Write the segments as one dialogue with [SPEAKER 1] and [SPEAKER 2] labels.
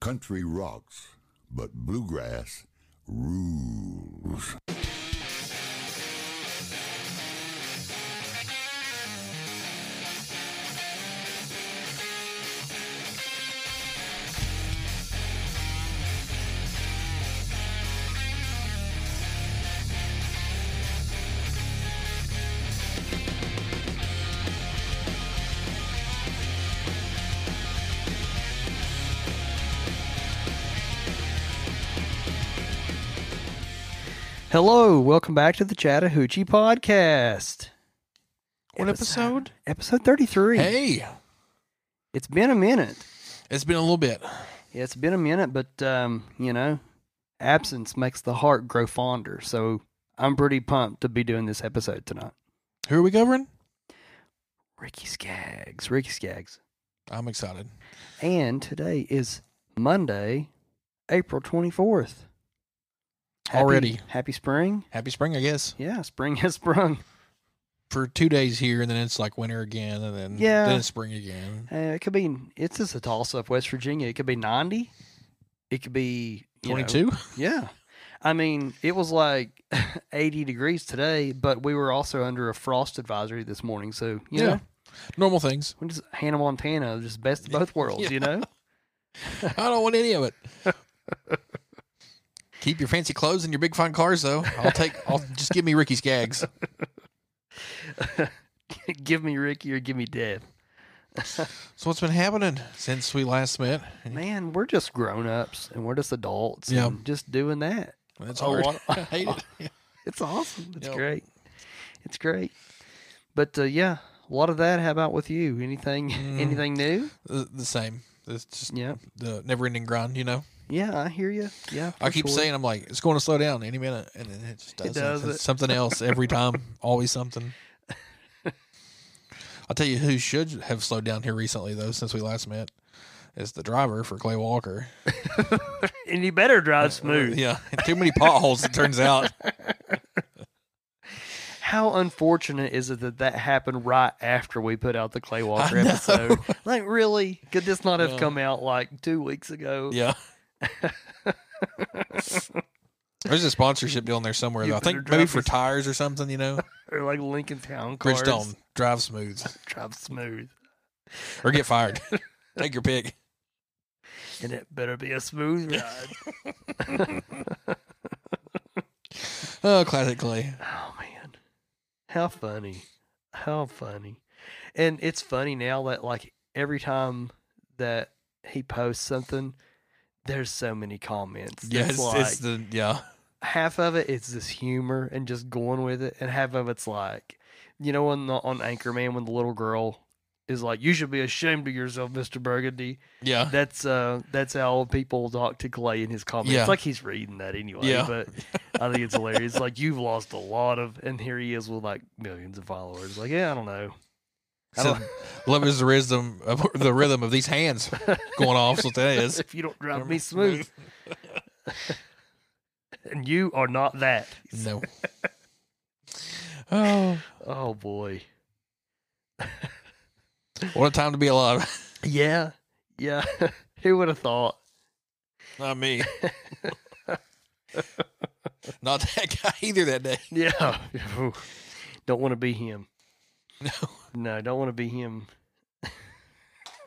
[SPEAKER 1] Country rocks, but bluegrass rules.
[SPEAKER 2] Hello, welcome back to the Chattahoochee Podcast.
[SPEAKER 3] What episode?
[SPEAKER 2] Episode 33.
[SPEAKER 3] Hey,
[SPEAKER 2] It's been a minute.
[SPEAKER 3] it's been a little bit.
[SPEAKER 2] Yeah, It's been a minute, but, um, you know, absence makes the heart grow fonder. So I'm pretty pumped to be doing this episode tonight.
[SPEAKER 3] Who are we covering?
[SPEAKER 2] Ricky Skaggs. Ricky Skaggs.
[SPEAKER 3] I'm excited.
[SPEAKER 2] And today is Monday, April 24th. Happy-
[SPEAKER 3] Already.
[SPEAKER 2] Happy spring.
[SPEAKER 3] Happy spring, I guess.
[SPEAKER 2] Yeah, spring has sprung.
[SPEAKER 3] For two days here, and then it's like winter again, and then
[SPEAKER 2] Yeah.
[SPEAKER 3] then it's spring again.
[SPEAKER 2] Uh, it could be, it's just a toss up, West Virginia. It could be 90. It could be you know,
[SPEAKER 3] Twenty two.
[SPEAKER 2] Yeah. I mean, it was like 80 degrees today, but we were also under a frost advisory this morning. So, you
[SPEAKER 3] Yeah.
[SPEAKER 2] know,
[SPEAKER 3] Normal things.
[SPEAKER 2] we just Hannah Montana, just best of both worlds, you know?
[SPEAKER 3] I don't want any of it. Keep your fancy clothes and your big fine cars, though. I'll take. I'll just give me Ricky's gags.
[SPEAKER 2] give me Ricky or give me Deb.
[SPEAKER 3] So what's been happening since we last met?
[SPEAKER 2] Man, we're just grown ups and we're just adults.
[SPEAKER 3] Yeah.
[SPEAKER 2] And just doing that.
[SPEAKER 3] That's a
[SPEAKER 2] Hard.
[SPEAKER 3] lot. I hate it.
[SPEAKER 2] It's awesome. It's
[SPEAKER 3] Yep.
[SPEAKER 2] great. It's great. But uh, yeah, a lot of that. How about with you? Anything
[SPEAKER 3] Mm.
[SPEAKER 2] anything new?
[SPEAKER 3] The, the same. It's just
[SPEAKER 2] Yeah.
[SPEAKER 3] the never-ending grind, you know.
[SPEAKER 2] Yeah, I hear you. Yeah.
[SPEAKER 3] I
[SPEAKER 2] for
[SPEAKER 3] keep
[SPEAKER 2] sure.
[SPEAKER 3] saying I'm like it's going to slow down any minute, and then it just doesn't.
[SPEAKER 2] does
[SPEAKER 3] It's
[SPEAKER 2] it.
[SPEAKER 3] something else every time, always something. I'll tell you who should have slowed down here recently though, since we last met, is the driver for Clay Walker.
[SPEAKER 2] And you better drive smooth.
[SPEAKER 3] Uh, Yeah, too many potholes. It turns out.
[SPEAKER 2] How unfortunate is it that that happened right after we put out the Clay Walker
[SPEAKER 3] know.
[SPEAKER 2] episode? Like, really? Could this not have
[SPEAKER 3] Yeah.
[SPEAKER 2] come out like two weeks ago?
[SPEAKER 3] Yeah. There's a sponsorship deal in there somewhere
[SPEAKER 2] You
[SPEAKER 3] though. I
[SPEAKER 2] better
[SPEAKER 3] think maybe
[SPEAKER 2] drive
[SPEAKER 3] for
[SPEAKER 2] this-
[SPEAKER 3] tires or something. You know,
[SPEAKER 2] Or like Lincoln Town cars.
[SPEAKER 3] Bridgestone drive smooth
[SPEAKER 2] Drive smooth.
[SPEAKER 3] or get fired. Take your pick.
[SPEAKER 2] And it better be a smooth ride.
[SPEAKER 3] Oh, classic Clay.
[SPEAKER 2] oh, man. How funny. How funny. And it's funny now that, like, every time that he posts something, there's so many comments.
[SPEAKER 3] Yeah,
[SPEAKER 2] It's
[SPEAKER 3] it's,
[SPEAKER 2] like,
[SPEAKER 3] it's the yeah.
[SPEAKER 2] half of it is this humor and just going with it, and half of it's like, you know, on the, on Anchorman when the little girl is like, "You should be ashamed of yourself, Mister Burgundy."
[SPEAKER 3] Yeah.
[SPEAKER 2] That's uh, that's how people talk to Clay in his comments.
[SPEAKER 3] Yeah.
[SPEAKER 2] It's like he's reading that anyway,
[SPEAKER 3] Yeah.
[SPEAKER 2] but I think it's hilarious. like you've lost a lot of, and here he is with like millions of followers. Like, yeah, I don't know. I
[SPEAKER 3] So,
[SPEAKER 2] don't-
[SPEAKER 3] love is the rhythm of uh, the rhythm of these hands going off. So that is.
[SPEAKER 2] if you don't drive me smooth, and you are not that.
[SPEAKER 3] No. Oh,
[SPEAKER 2] Oh boy.
[SPEAKER 3] what a time to be alive.
[SPEAKER 2] Yeah. Yeah. Who would have thought?
[SPEAKER 3] Not me. Not that guy either that day.
[SPEAKER 2] Yeah. Ooh. don't want to be him.
[SPEAKER 3] No.
[SPEAKER 2] No, don't want to be him.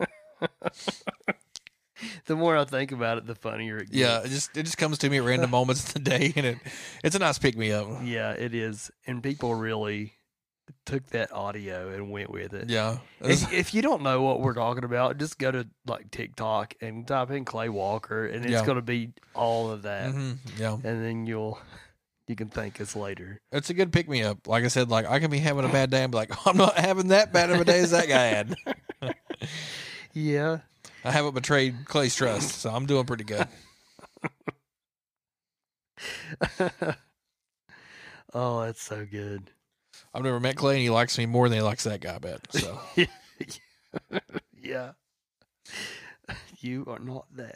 [SPEAKER 2] the more I think about it, the funnier it gets.
[SPEAKER 3] Yeah, it just it just comes to me at random moments of the day, and it it's a nice pick me up.
[SPEAKER 2] Yeah, it is. And people really took that audio and went with it.
[SPEAKER 3] Yeah,
[SPEAKER 2] If, if you don't know what we're talking about, just go to like TikTok and type in Clay Walker, and it's
[SPEAKER 3] Yeah.
[SPEAKER 2] going to be all of that.
[SPEAKER 3] hmm yeah,
[SPEAKER 2] And then you'll you can thank us later.
[SPEAKER 3] it's a good pick me up. Like I said, like I can be having a bad day and be like, I'm not having that bad of a day as that guy had.
[SPEAKER 2] Yeah.
[SPEAKER 3] I haven't betrayed Clay's trust, so I'm doing pretty good.
[SPEAKER 2] oh, that's so good.
[SPEAKER 3] I've never met Clay, and he likes me more than he likes that guy. I bet. So
[SPEAKER 2] Yeah. You are not that.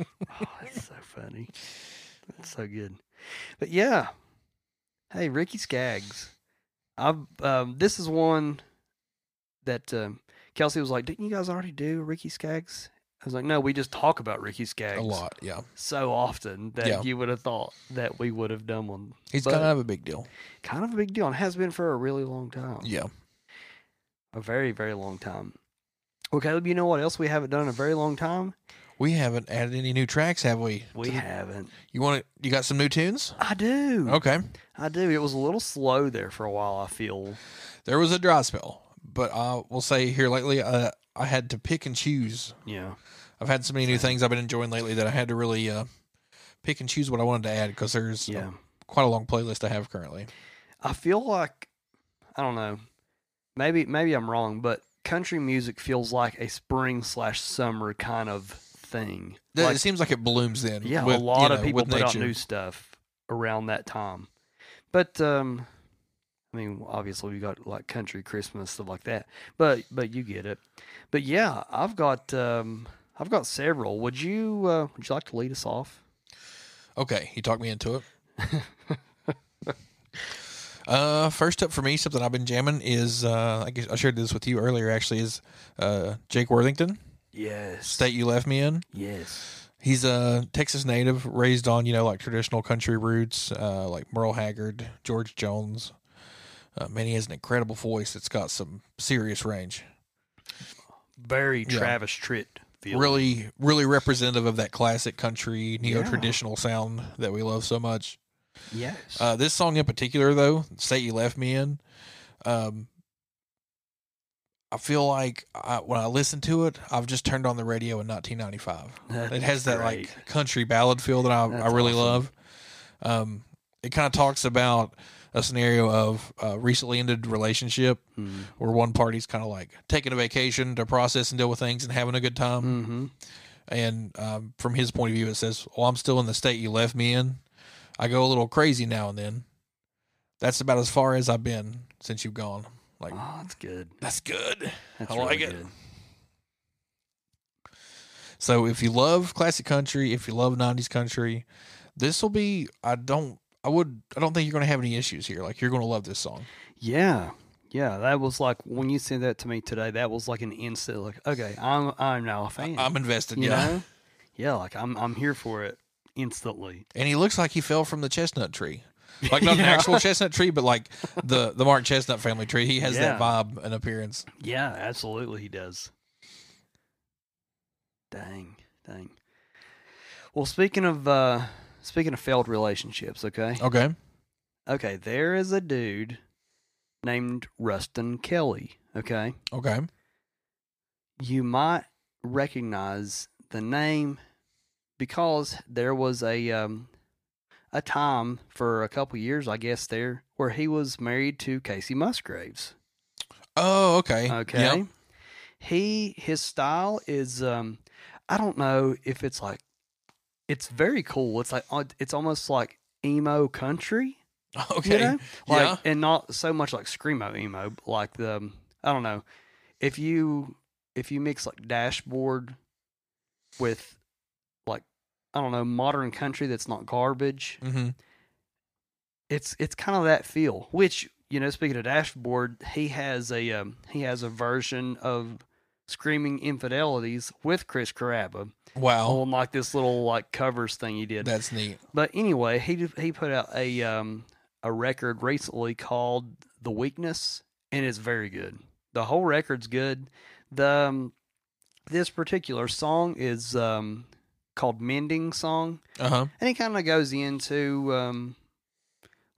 [SPEAKER 2] oh, that's so funny. That's so good. But yeah. Hey, Ricky Skaggs. I've um this is one that um Kelsey was like, Didn't you guys already do a Ricky Skaggs I was like, no, we just talk about Ricky Skaggs
[SPEAKER 3] a lot. Yeah,
[SPEAKER 2] so often that
[SPEAKER 3] Yeah.
[SPEAKER 2] you would have thought that we would have done one.
[SPEAKER 3] he's
[SPEAKER 2] But-
[SPEAKER 3] kind of a big deal.
[SPEAKER 2] Kind of a big deal and has been for a really long time.
[SPEAKER 3] Yeah,
[SPEAKER 2] A very, very long time. Well, Caleb, you know what else we haven't done in a very long time?
[SPEAKER 3] we haven't added any new tracks, have we?
[SPEAKER 2] We haven't.
[SPEAKER 3] You want to, You got some new tunes?
[SPEAKER 2] I do.
[SPEAKER 3] Okay,
[SPEAKER 2] I do. It was a little slow there for a while, I feel.
[SPEAKER 3] there was a dry spell, but I will say here lately, uh, I had to pick and choose.
[SPEAKER 2] Yeah.
[SPEAKER 3] I've had so many new things I've been enjoying lately that I had to really uh, pick and choose what I wanted to add because there's uh,
[SPEAKER 2] Yeah.
[SPEAKER 3] quite a long playlist I have currently.
[SPEAKER 2] I feel like I don't know. Maybe maybe I'm wrong, but country music feels like a spring slash summer kind of thing.
[SPEAKER 3] Th-
[SPEAKER 2] Like-
[SPEAKER 3] it seems like it blooms then.
[SPEAKER 2] Yeah,
[SPEAKER 3] with,
[SPEAKER 2] a
[SPEAKER 3] you
[SPEAKER 2] lot of
[SPEAKER 3] know,
[SPEAKER 2] people
[SPEAKER 3] with
[SPEAKER 2] put out
[SPEAKER 3] nature.
[SPEAKER 2] new stuff around that time. But um I mean, obviously we got like country Christmas stuff like that. But but you get it. But yeah, I've got um I've got several. Would you uh, would you like to lead us off?
[SPEAKER 3] Okay, you talked me into it. uh, first up for me, something I've been jamming is uh, I guess I shared this with you earlier. Actually, is uh, Jake Worthington,
[SPEAKER 2] Yes.
[SPEAKER 3] state you left me in.
[SPEAKER 2] Yes.
[SPEAKER 3] He's a Texas native, raised on you know like traditional country roots, uh, like Merle Haggard, George Jones. Uh, man, he has an incredible voice that's got some serious range.
[SPEAKER 2] Very
[SPEAKER 3] Yeah.
[SPEAKER 2] Travis Tritt feeling.
[SPEAKER 3] Really, really representative of that classic country neo
[SPEAKER 2] Yeah.
[SPEAKER 3] traditional sound that we love so much.
[SPEAKER 2] Yes.
[SPEAKER 3] Uh, this song in particular, though, "State You Left Me In," um, I feel like I, when I listen to it, I've just turned on the radio in 1995. It has that like country ballad feel that I, I
[SPEAKER 2] That's
[SPEAKER 3] really
[SPEAKER 2] awesome.
[SPEAKER 3] love. Um, it kind of talks about a scenario of a recently ended relationship
[SPEAKER 2] Mm-hmm.
[SPEAKER 3] where one party's kind of like taking a vacation to process and deal with things and having a good time.
[SPEAKER 2] Mm-hmm.
[SPEAKER 3] And um, from his point of view, it says, Well, I'm still in the state you left me in. I go a little crazy now and then. That's about as far as I've been since you've gone. Like,
[SPEAKER 2] Oh, that's good.
[SPEAKER 3] that's good.
[SPEAKER 2] That's
[SPEAKER 3] I
[SPEAKER 2] really
[SPEAKER 3] like it.
[SPEAKER 2] good.
[SPEAKER 3] So if you love classic country, if you love 90s country, this will be, I don't. I would. I don't think you're going to have any issues here. Like you're going to love this song.
[SPEAKER 2] Yeah. Yeah, that was like when you sent that to me today. That was like an instant, like, okay, I'm I'm now a fan.
[SPEAKER 3] I'm invested.
[SPEAKER 2] you
[SPEAKER 3] Yeah.
[SPEAKER 2] know, yeah, like I'm I'm here for it instantly.
[SPEAKER 3] And he looks like he fell from the chestnut tree, like not an
[SPEAKER 2] Yeah.
[SPEAKER 3] actual chestnut tree, but like the the Mark Chestnut family tree. He has
[SPEAKER 2] Yeah.
[SPEAKER 3] that vibe and appearance.
[SPEAKER 2] Yeah, absolutely, he does. Dang, dang. Well, speaking of uh speaking of failed relationships, okay,
[SPEAKER 3] Okay.
[SPEAKER 2] okay, there is a dude named Rustin Kelly. Okay,
[SPEAKER 3] Okay.
[SPEAKER 2] you might recognize the name because there was a um, a time for a couple years, I guess, there where he was married to Casey Musgraves.
[SPEAKER 3] Oh, okay.
[SPEAKER 2] Okay, he his style is um, I don't know if it's like it's very cool. It's like uh, it's almost like emo country,
[SPEAKER 3] Yep. Okay.
[SPEAKER 2] you know, like
[SPEAKER 3] yeah.
[SPEAKER 2] and not so much like screamo emo, but like the um, I don't know if you if you mix like dashboard with like I don't know modern country that's not garbage.
[SPEAKER 3] hmm
[SPEAKER 2] It's it's kind of that feel. Which you know, speaking of dashboard, he has a um, he has a version of screaming infidelities with Chris Caraba
[SPEAKER 3] Wow.
[SPEAKER 2] on like this little like covers thing he did.
[SPEAKER 3] That's neat.
[SPEAKER 2] But anyway, he did- he put out a um a record recently called The Weakness, and it's very good. The whole record's good. The um, this particular song is um called Mending Song,
[SPEAKER 3] Uh huh.
[SPEAKER 2] and he kind of goes into um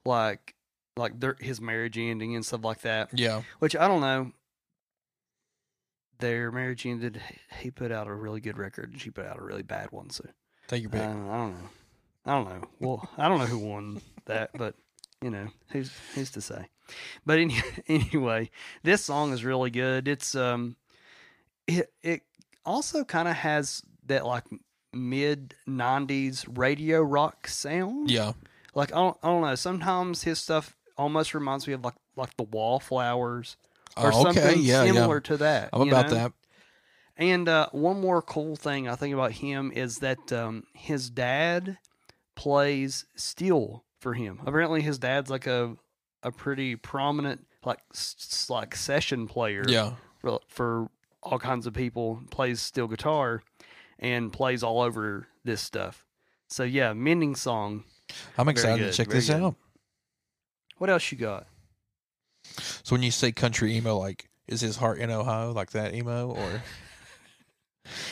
[SPEAKER 2] like like their, his marriage ending and stuff like that.
[SPEAKER 3] Yeah.
[SPEAKER 2] Which I don't know. Their marriage ended. He put out a really good record, and she put out a really bad one. So
[SPEAKER 3] Take your pick.
[SPEAKER 2] um, I don't know. I don't know. Well, I don't know who won that, but you know, who's who's to say? But any, anyway, this song is really good. It's um, it it also kind of has that like mid '90s radio rock sound.
[SPEAKER 3] yeah.
[SPEAKER 2] Like I don't, I don't know. Sometimes his stuff almost reminds me of like like the Wallflowers or
[SPEAKER 3] Oh, okay.
[SPEAKER 2] something
[SPEAKER 3] Yeah.
[SPEAKER 2] similar
[SPEAKER 3] Yeah.
[SPEAKER 2] to that.
[SPEAKER 3] I'm
[SPEAKER 2] you
[SPEAKER 3] about
[SPEAKER 2] know?
[SPEAKER 3] that.
[SPEAKER 2] And uh, one more cool thing I think about him is that um, his dad plays steel for him. Apparently, his dad's like a a pretty prominent like s- s- like session player
[SPEAKER 3] Yeah.
[SPEAKER 2] for, for all kinds of people. Plays steel guitar, and plays all over this stuff. So yeah, Mending Song.
[SPEAKER 3] I'm excited
[SPEAKER 2] good,
[SPEAKER 3] to check
[SPEAKER 2] very
[SPEAKER 3] this
[SPEAKER 2] good.
[SPEAKER 3] out.
[SPEAKER 2] What else you got?
[SPEAKER 3] So when you say country emo, like is his heart in Ohio, like that emo, or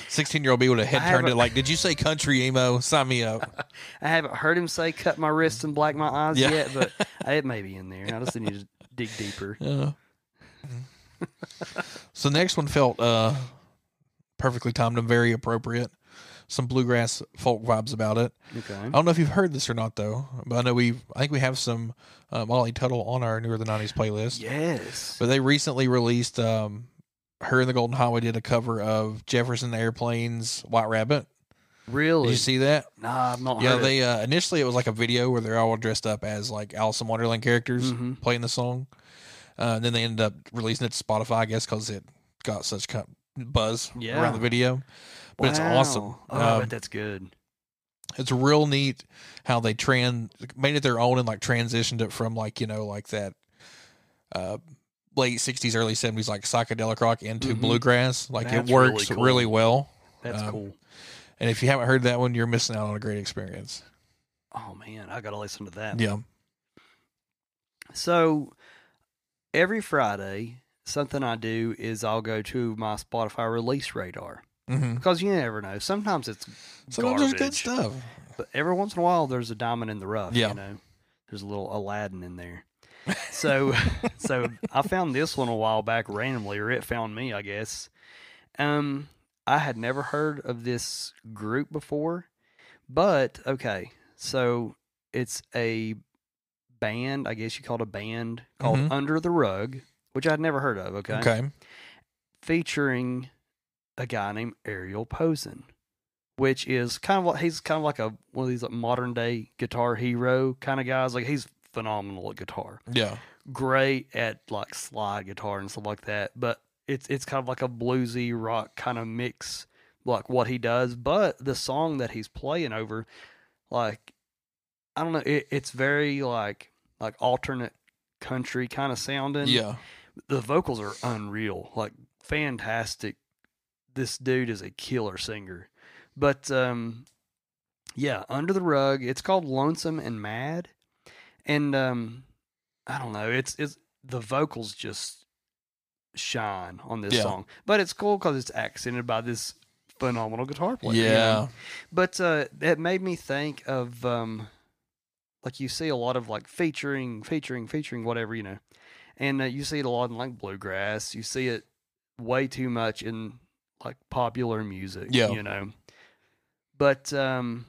[SPEAKER 3] sixteen year old me with a head
[SPEAKER 2] I
[SPEAKER 3] turned
[SPEAKER 2] haven't-
[SPEAKER 3] to like, did you say country emo? Sign me up.
[SPEAKER 2] I haven't heard him say "cut my wrists and black my eyes"
[SPEAKER 3] Yeah.
[SPEAKER 2] yet, but it may be in there. I just need to dig deeper.
[SPEAKER 3] Yeah. so next one felt uh perfectly timed and very appropriate. Some bluegrass folk vibes about it.
[SPEAKER 2] Okay.
[SPEAKER 3] I don't know if you've heard this or not though, but I know we I think we have some uh, Molly Tuttle on our newer than nineties playlist.
[SPEAKER 2] Yes.
[SPEAKER 3] But they recently released um her and the Golden Highway did a cover of Jefferson Airplane's White Rabbit. Did
[SPEAKER 2] Really?
[SPEAKER 3] you see that?
[SPEAKER 2] Nah, I've not
[SPEAKER 3] Yeah,
[SPEAKER 2] heard
[SPEAKER 3] they uh, initially it was like a video where they're all dressed up as like Alice in Wonderland
[SPEAKER 2] it.
[SPEAKER 3] characters
[SPEAKER 2] hmm
[SPEAKER 3] playing the song. Uh, and then they ended up releasing it to Spotify, I guess, because it got such co- buzz
[SPEAKER 2] Yeah.
[SPEAKER 3] around the video. But it's awesome.
[SPEAKER 2] Wow. Oh, I
[SPEAKER 3] Um,
[SPEAKER 2] bet that's good.
[SPEAKER 3] It's real neat how they tran made it their own and like transitioned it from like you know like that uh, late '60s, early '70s like psychedelic rock into
[SPEAKER 2] Mhm.
[SPEAKER 3] bluegrass. Like
[SPEAKER 2] That's
[SPEAKER 3] it
[SPEAKER 2] really
[SPEAKER 3] works
[SPEAKER 2] cool.
[SPEAKER 3] really well.
[SPEAKER 2] That's
[SPEAKER 3] um,
[SPEAKER 2] cool.
[SPEAKER 3] And if you haven't heard that one, you're missing out on a great experience.
[SPEAKER 2] Oh man, I gotta listen to that.
[SPEAKER 3] Yeah.
[SPEAKER 2] So every Friday, something I do is I'll go to my Spotify release radar
[SPEAKER 3] Mm-hmm.
[SPEAKER 2] because you never know. Sometimes it's
[SPEAKER 3] Sometimes there's good
[SPEAKER 2] Garbage.
[SPEAKER 3] stuff.
[SPEAKER 2] but every once in a while there's a diamond in the rough.
[SPEAKER 3] Yeah.
[SPEAKER 2] You know, there's a little Aladdin in there. So, so I found this one a while back randomly, or it found me, I guess. Um, I had never heard of this group before, but okay, so it's a band, I guess you call it a band called
[SPEAKER 3] Mhm.
[SPEAKER 2] Under the Rug, which I'd never heard of. Okay,
[SPEAKER 3] Okay.
[SPEAKER 2] featuring a guy named Ariel Posen, which is kind of like he's kind of like a one of these like modern day guitar hero kind of guys. Like he's phenomenal at guitar,
[SPEAKER 3] Yeah.
[SPEAKER 2] great at like slide guitar and stuff like that. But it's it's kind of like a bluesy rock kind of mix, like what he does. But the song that he's playing over, like I don't know, it, it's very like like alternate country kind of sounding
[SPEAKER 3] Yeah.
[SPEAKER 2] the vocals are unreal, like fantastic. This dude is a killer singer. But um yeah, Under the Rug, it's called Lonesome and Mad. And um I don't know, it's it's the vocals just shine on this
[SPEAKER 3] Yeah.
[SPEAKER 2] song. But it's cool cuz it's accented by this phenomenal guitar player. you know?
[SPEAKER 3] Yeah.
[SPEAKER 2] But uh, that made me think of um, like you see a lot of like featuring, featuring, featuring, whatever you know, and uh, you see it a lot in like bluegrass. You see it way too much in like popular music.
[SPEAKER 3] Yeah.
[SPEAKER 2] you know. But um,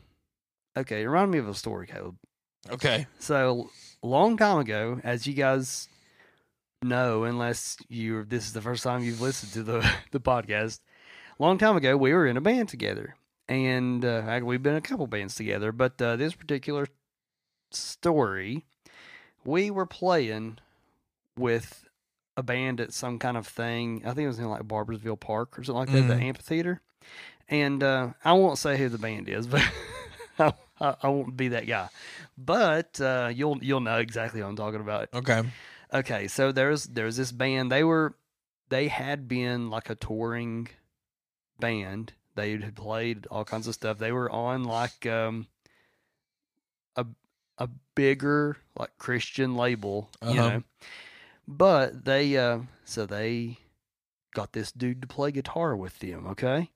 [SPEAKER 2] okay, remind me of a story, Caleb.
[SPEAKER 3] Okay.
[SPEAKER 2] So long time ago, as you guys know, unless you this is the first time you've listened to the the podcast, long time ago we were in a band together, and uh, act- we've been in a couple bands together. But uh, this particular story, we were playing with a band at some kind of thing. I think it was in like Barbersville Park or something like that,
[SPEAKER 3] Mhm.
[SPEAKER 2] the amphitheater. And uh, I won't say who the band is, but I, I, I won't be that guy. But uh, you'll you'll know exactly what I'm talking about.
[SPEAKER 3] Okay.
[SPEAKER 2] Okay, so there's there's this band. They were they had been like a touring band. They had played all kinds of stuff. They were on like um a a bigger like Christian label, you
[SPEAKER 3] Uh-huh.
[SPEAKER 2] know. But they uh so they got this dude to play guitar with them, okay?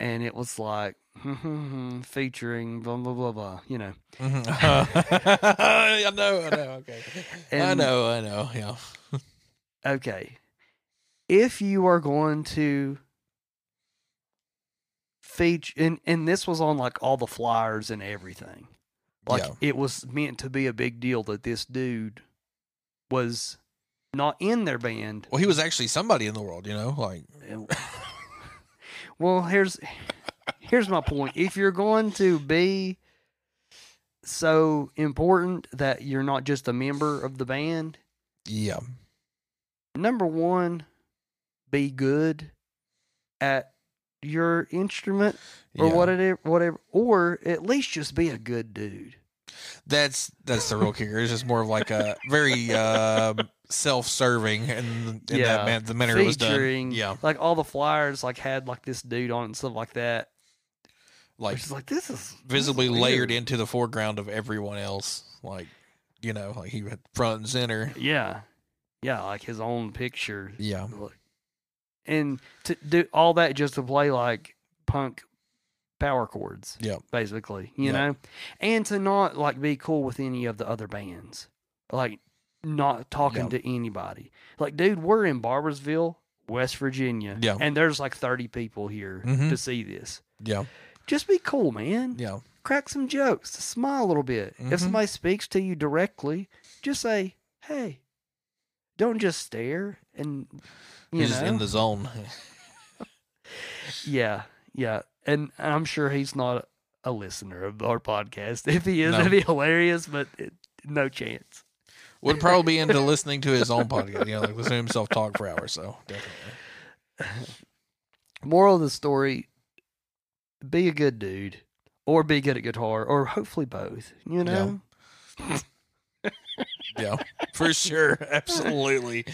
[SPEAKER 2] And it was like featuring blah blah blah blah, you know.
[SPEAKER 3] Mhm. I know. I know. Okay. I
[SPEAKER 2] And-
[SPEAKER 3] know. I know. Yeah.
[SPEAKER 2] okay, if you are going to feature, and, and this was on like all the flyers and everything, like
[SPEAKER 3] Yeah.
[SPEAKER 2] it was meant to be a big deal that this dude was not in their band.
[SPEAKER 3] Well, he was actually somebody in the world, you know? Like,
[SPEAKER 2] well, here's here's my point. If you're going to be so important that you're not just a member of the band,
[SPEAKER 3] yeah.
[SPEAKER 2] number one, be good at your instrument or
[SPEAKER 3] yeah.
[SPEAKER 2] whatever, whatever, or at least just be a good dude.
[SPEAKER 3] That's that's the real kicker. It's just more of like a very uh, self-serving, and in
[SPEAKER 2] Yeah.
[SPEAKER 3] that man, the manner it was done.
[SPEAKER 2] Featuring,
[SPEAKER 3] Yeah,
[SPEAKER 2] like all the flyers, like had like this dude on it and stuff like that.
[SPEAKER 3] like
[SPEAKER 2] Which is like this is
[SPEAKER 3] visibly layered
[SPEAKER 2] in.
[SPEAKER 3] into the foreground of everyone else. Like, you know, like he had front and center.
[SPEAKER 2] Yeah, yeah, like his own picture.
[SPEAKER 3] Yeah.
[SPEAKER 2] Look. And to do all that just to play like punk power chords.
[SPEAKER 3] Yep.
[SPEAKER 2] Basically, you
[SPEAKER 3] Yep.
[SPEAKER 2] know, and to not like be cool with any of the other bands, like not talking
[SPEAKER 3] Yep.
[SPEAKER 2] to anybody. Like, dude, we're in Barbersville, West Virginia,
[SPEAKER 3] Yeah.
[SPEAKER 2] and there's like 30 people here
[SPEAKER 3] Mhm.
[SPEAKER 2] to see this.
[SPEAKER 3] Yeah.
[SPEAKER 2] Just be cool, man.
[SPEAKER 3] Yeah.
[SPEAKER 2] Crack some jokes, smile a little bit. If
[SPEAKER 3] Mhm.
[SPEAKER 2] somebody speaks to you directly, just say, "Hey." Don't just stare and you
[SPEAKER 3] He's just
[SPEAKER 2] know.
[SPEAKER 3] in the zone.
[SPEAKER 2] Yeah, yeah, and I'm sure he's not a listener of our podcast. If he is,
[SPEAKER 3] No.
[SPEAKER 2] that'd be hilarious, but it, no chance.
[SPEAKER 3] Would probably be into listening to his own podcast, you know, like listen to himself talk for hours. So definitely.
[SPEAKER 2] Moral of the story: Be a good dude, or be good at guitar, or hopefully both. You know,
[SPEAKER 3] Yeah. For sure. Absolutely.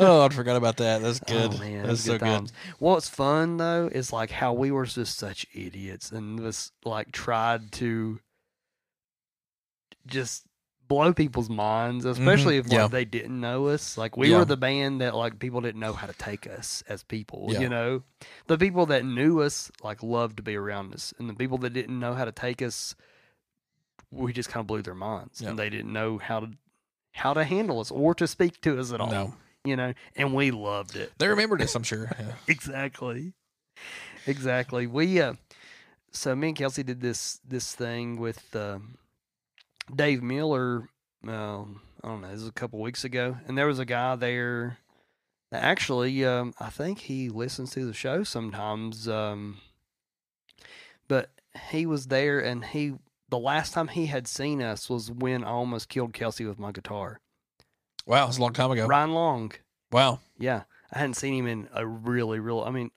[SPEAKER 3] Oh, I forgot about that. That's good.
[SPEAKER 2] Oh, man, those
[SPEAKER 3] That's so
[SPEAKER 2] good
[SPEAKER 3] good.
[SPEAKER 2] times. What's fun though is like how we were just such idiots and was like tried to just blow people's minds, especially if like,
[SPEAKER 3] Mm-hmm. yeah.
[SPEAKER 2] they didn't know us. Like we
[SPEAKER 3] Yeah.
[SPEAKER 2] were the band that like people didn't know how to take us as people.
[SPEAKER 3] Yeah.
[SPEAKER 2] You know, the people that knew us like loved to be around us, and the people that didn't know how to take us, we just kind of blew their minds,
[SPEAKER 3] Yeah.
[SPEAKER 2] and they didn't know how to how to handle us or to speak to us at all.
[SPEAKER 3] No.
[SPEAKER 2] You know, and we loved it
[SPEAKER 3] They remembered this, I'm sure. Yeah.
[SPEAKER 2] exactly exactly we uh so me and kelsey did this this thing with um dave miller um i don't know this was a couple weeks ago and there was a guy there that actually um i think he listens to the show sometimes um but he was there and he the last time he had seen us was when i almost killed kelsey with my guitar
[SPEAKER 3] Wow. It's a long time ago.
[SPEAKER 2] ryan long
[SPEAKER 3] Wow.
[SPEAKER 2] yeah, I hadn't seen him in a really, real. I mean,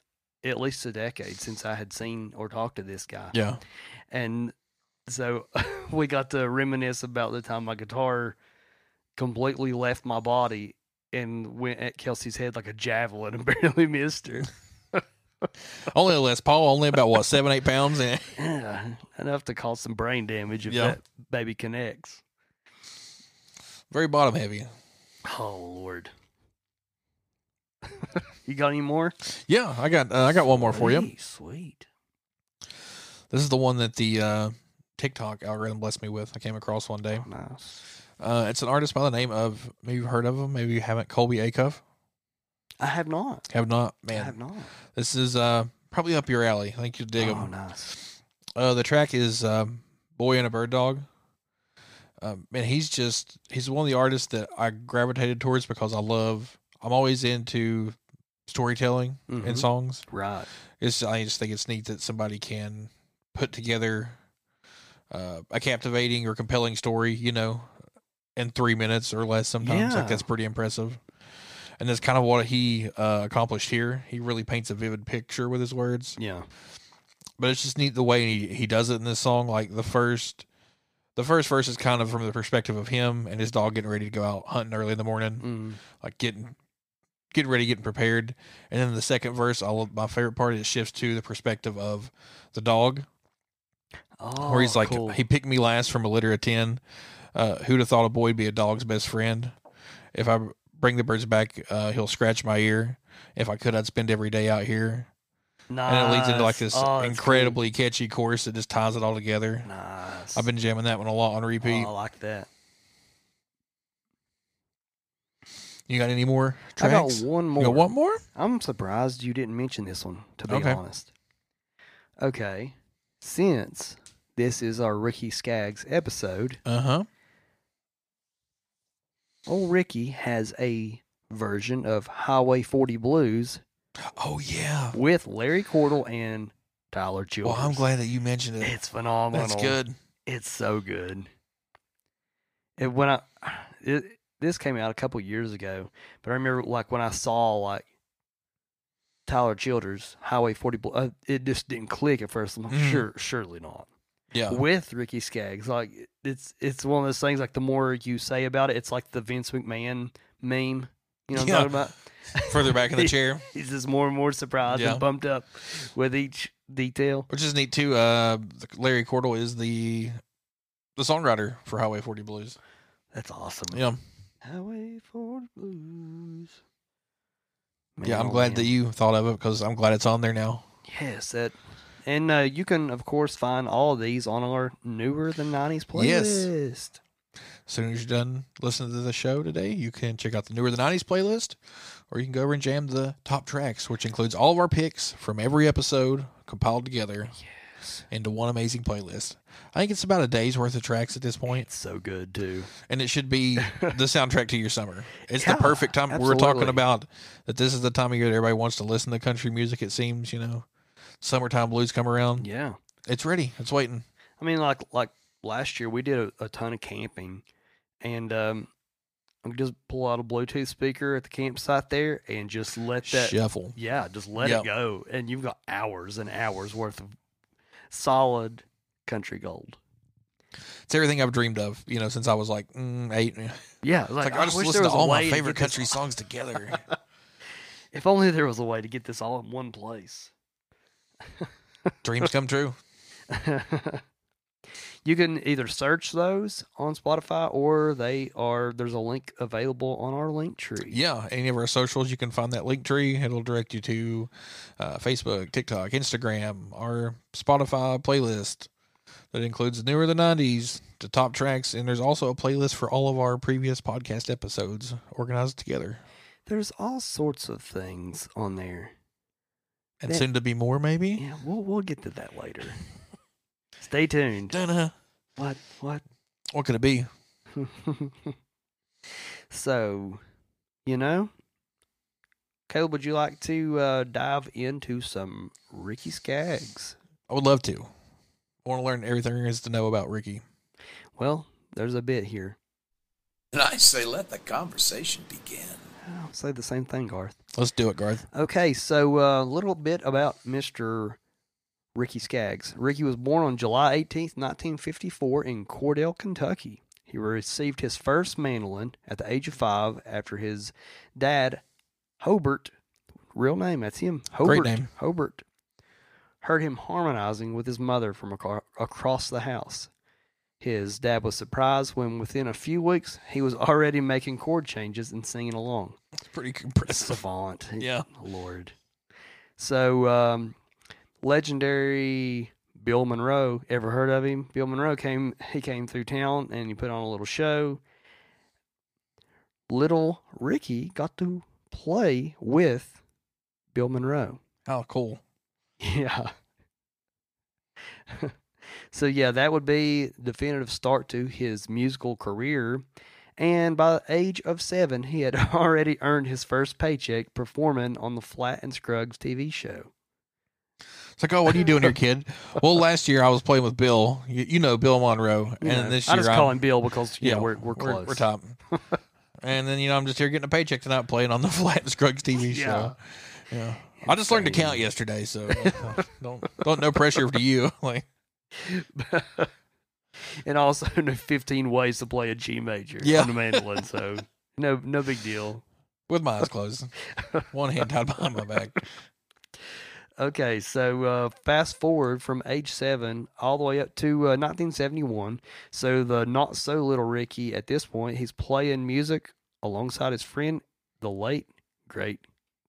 [SPEAKER 2] at least a decade since I had seen or talked to this guy.
[SPEAKER 3] Yeah.
[SPEAKER 2] And so we got to reminisce about the time my guitar completely left my body and went at Kelsey's head like a javelin and barely missed her.
[SPEAKER 3] Only a Les Paul, only about what, seven, eight pounds? And
[SPEAKER 2] Yeah, Enough to cause some brain damage if
[SPEAKER 3] Yeah.
[SPEAKER 2] that baby connects.
[SPEAKER 3] very bottom heavy.
[SPEAKER 2] Oh, Lord. you got any more?
[SPEAKER 3] Yeah, I got uh, I got one more for you.
[SPEAKER 2] Sweet, Sweet.
[SPEAKER 3] This is the one that the uh, TikTok algorithm blessed me with. I came across one day.
[SPEAKER 2] Nice.
[SPEAKER 3] Uh, it's an artist by the name of maybe you've heard of him, maybe you haven't. Colby Acuff.
[SPEAKER 2] I have not.
[SPEAKER 3] Have not,
[SPEAKER 2] I have
[SPEAKER 3] man.
[SPEAKER 2] not.
[SPEAKER 3] This is uh, probably up your alley. I think you'll dig
[SPEAKER 2] Oh,
[SPEAKER 3] him.
[SPEAKER 2] nice.
[SPEAKER 3] Uh, the track is um, "Boy and a Bird Dog." Um, and he's just he's one of the artists that I gravitated towards because I love. I'm always into storytelling in
[SPEAKER 2] Mhm.
[SPEAKER 3] songs.
[SPEAKER 2] Right.
[SPEAKER 3] It's I just think it's neat that somebody can put together uh, a captivating or compelling story, you know, in three minutes or less. Sometimes,
[SPEAKER 2] Yeah.
[SPEAKER 3] like that's pretty impressive. And that's kind of what he uh, accomplished here. He really paints a vivid picture with his words,
[SPEAKER 2] Yeah.
[SPEAKER 3] but it's just neat the way he, he does it in this song. Like the first, the first verse is kind of from the perspective of him and his dog getting ready to go out hunting early in the morning
[SPEAKER 2] Mm.
[SPEAKER 3] like getting getting ready, getting prepared. And then the second verse, I love my favorite part. It shifts to the perspective of the dog,
[SPEAKER 2] Oh,
[SPEAKER 3] where he's like,
[SPEAKER 2] cool.
[SPEAKER 3] he picked me last from a litter of ten. Uh, who'd have thought a boy'd be a dog's best friend? If I bring the birds back, uh, he'll scratch my ear. If I could, I'd spend every day out here.
[SPEAKER 2] nice.
[SPEAKER 3] And it leads into like this
[SPEAKER 2] Oh, that's
[SPEAKER 3] incredibly catchy chorus that just ties it all together.
[SPEAKER 2] cool. nice.
[SPEAKER 3] I've been jamming that one a lot on
[SPEAKER 2] oh,
[SPEAKER 3] repeat.
[SPEAKER 2] I like that.
[SPEAKER 3] You got any more
[SPEAKER 2] I got
[SPEAKER 3] tracks?
[SPEAKER 2] one
[SPEAKER 3] You
[SPEAKER 2] more.
[SPEAKER 3] got one more?
[SPEAKER 2] I'm surprised you didn't mention this one. To be
[SPEAKER 3] Okay.
[SPEAKER 2] honest. Okay. Since this is our Ricky Skaggs episode,
[SPEAKER 3] Uh huh.
[SPEAKER 2] old Ricky has a version of Highway 40 Blues
[SPEAKER 3] Oh yeah.
[SPEAKER 2] with Larry Cordell and Tyler Childers.
[SPEAKER 3] Well, I'm glad that you mentioned it.
[SPEAKER 2] It's phenomenal.
[SPEAKER 3] That's good.
[SPEAKER 2] It's so good. And when I it, this came out a couple years ago, but I remember like when I saw like Tyler Childers Highway 40, Bl- uh, it just didn't click at first. I'm like,
[SPEAKER 3] Mhm.
[SPEAKER 2] sure, surely not.
[SPEAKER 3] Yeah.
[SPEAKER 2] With Ricky Skaggs, like it's it's one of those things. Like the more you say about it, it's like the Vince McMahon meme. You know what
[SPEAKER 3] Yeah.
[SPEAKER 2] I'm talking about?
[SPEAKER 3] Further back in the chair.
[SPEAKER 2] He's just more and more surprised
[SPEAKER 3] Yeah.
[SPEAKER 2] and pumped up with each detail.
[SPEAKER 3] Which is neat too. Uh, Larry Cordell is the the songwriter for Highway 40 Blues.
[SPEAKER 2] That's awesome.
[SPEAKER 3] Yeah,
[SPEAKER 2] Highway 40 Blues.
[SPEAKER 3] yeah.
[SPEAKER 2] Man,
[SPEAKER 3] I'm
[SPEAKER 2] oh,
[SPEAKER 3] glad
[SPEAKER 2] man.
[SPEAKER 3] that you thought of it because I'm glad it's on there now.
[SPEAKER 2] Yes, that. And uh, you can, of course, find all of these on our newer than 90s
[SPEAKER 3] Yes.
[SPEAKER 2] playlist.
[SPEAKER 3] As soon as you're done listening to the show today, you can check out the newer the '90s playlist, or you can go over and jam the top tracks, which includes all of our picks from every episode compiled together
[SPEAKER 2] Yes.
[SPEAKER 3] into one amazing playlist. I think it's about a day's worth of tracks at this point,
[SPEAKER 2] It's so good, too.
[SPEAKER 3] and it should be the soundtrack to your summer. It's
[SPEAKER 2] Yeah,
[SPEAKER 3] the perfect time. We're talking
[SPEAKER 2] absolutely.
[SPEAKER 3] about that. This is the time of year that everybody wants to listen to country music. It seems you know, summertime blues come around.
[SPEAKER 2] Yeah.
[SPEAKER 3] It's ready. It's waiting.
[SPEAKER 2] I mean, like like last year, we did a, a ton of camping, and um, I could just pull out a Bluetooth speaker at the campsite there and just let that,
[SPEAKER 3] Shuffle.
[SPEAKER 2] yeah, just let
[SPEAKER 3] Yep.
[SPEAKER 2] it go, and you've got hours and hours worth of solid country gold.
[SPEAKER 3] It's everything I've dreamed of. You know, since I was like mm, eight.
[SPEAKER 2] Yeah,
[SPEAKER 3] It's
[SPEAKER 2] like,
[SPEAKER 3] like,
[SPEAKER 2] I,
[SPEAKER 3] I just
[SPEAKER 2] wish
[SPEAKER 3] listen
[SPEAKER 2] there was
[SPEAKER 3] to
[SPEAKER 2] a
[SPEAKER 3] all
[SPEAKER 2] way
[SPEAKER 3] my
[SPEAKER 2] to
[SPEAKER 3] favorite
[SPEAKER 2] get this
[SPEAKER 3] country songs together.
[SPEAKER 2] If only there was a way to get this all in one place.
[SPEAKER 3] Dreams come true.
[SPEAKER 2] you can either search those on Spotify or they are there's a link available on our link tree.
[SPEAKER 3] Yeah, any of our socials, you can find that link tree. It'll direct you to uh, Facebook, TikTok, Instagram, our Spotify playlist that includes newer than '90s, the top tracks, and there's also a playlist for all of our previous podcast episodes organized together,
[SPEAKER 2] There's all sorts of things on there.
[SPEAKER 3] and
[SPEAKER 2] Yeah.
[SPEAKER 3] soon to be more, maybe.
[SPEAKER 2] Yeah, we'll we'll get to that later. Stay tuned.
[SPEAKER 3] Dunno.
[SPEAKER 2] What what?
[SPEAKER 3] What could it be?
[SPEAKER 2] so, you know, Caleb, would you like to uh, dive into some Ricky Skaggs?
[SPEAKER 3] I would love to. I want to learn everything there is to know about Ricky.
[SPEAKER 2] Well, there's a bit here.
[SPEAKER 4] And I say, let the conversation begin.
[SPEAKER 2] I'll say the same thing, Garth.
[SPEAKER 3] Let's do it, Garth.
[SPEAKER 2] Okay, so uh, a little bit about Mr. Ricky Skaggs. Ricky was born on July 18th, 1954, in Cordell, Kentucky. He received his first mandolin at the age of five after his dad, Hobart, real name, that's him, Hobart,
[SPEAKER 3] Great name.
[SPEAKER 2] Hobart, heard him harmonizing with his mother from acar- across the house. His dad was surprised when, within a few weeks, he was already making chord changes and singing along
[SPEAKER 3] It's pretty impressive.
[SPEAKER 2] savant.
[SPEAKER 3] Yeah.
[SPEAKER 2] Lord. So, um, legendary Bill Monroe. Ever heard of him? Bill Monroe came. He came through town and he put on a little show. Little Ricky got to play with Bill Monroe.
[SPEAKER 3] How cool.
[SPEAKER 2] Yeah. so yeah, that would be definitive start to his musical career. And by the age of seven, he had already earned his first paycheck performing on the Flat and Scruggs TV show.
[SPEAKER 3] It's like, oh, what are you doing here, kid? well, last year I was playing with Bill. You, you know Bill Monroe,
[SPEAKER 2] You
[SPEAKER 3] and
[SPEAKER 2] know,
[SPEAKER 3] this
[SPEAKER 2] I
[SPEAKER 3] year
[SPEAKER 2] just
[SPEAKER 3] I'm,
[SPEAKER 2] call him Bill because you know, we're, we're
[SPEAKER 3] we're,
[SPEAKER 2] close.
[SPEAKER 3] top. and then you know I'm just here getting a paycheck tonight playing on the Flat Scruggs TV
[SPEAKER 2] Yeah.
[SPEAKER 3] show. Yeah, I just learned to
[SPEAKER 2] Insane.
[SPEAKER 3] count yesterday, so uh, don't don't no pressure to you. Like,
[SPEAKER 2] and also know 15 ways to play a G major
[SPEAKER 3] Yeah.
[SPEAKER 2] on the mandolin. So no, no big deal.
[SPEAKER 3] with my eyes closed, one hand tied behind my back.
[SPEAKER 2] Okay, so uh, fast forward from age seven all the way up to uh, 1971. So the not so little Ricky at this point, he's playing music alongside his friend, the late great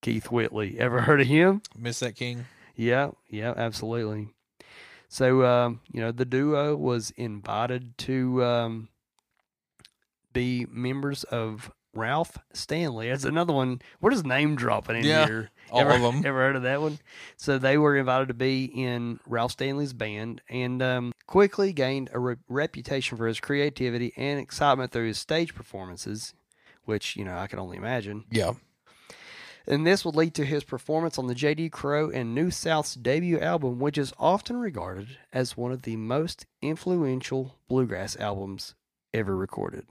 [SPEAKER 2] Keith Whitley. Ever heard of him?
[SPEAKER 3] Miss that king.
[SPEAKER 2] Yeah, yeah, absolutely. So um, you know, the duo was invited to um, be members of Ralph Stanley. That's another one. We're just name dropping in
[SPEAKER 3] Yeah.
[SPEAKER 2] here.
[SPEAKER 3] All
[SPEAKER 2] ever,
[SPEAKER 3] of 'em.
[SPEAKER 2] Ever heard of that one? So they were invited to be in Ralph Stanley's band and um, quickly gained a re- reputation for his creativity and excitement through his stage performances, which, you know, I can only imagine.
[SPEAKER 3] Yeah,
[SPEAKER 2] And this would lead to his performance on the J.D. Crowe and New South's debut album, which is often regarded as one of the most influential bluegrass albums ever recorded.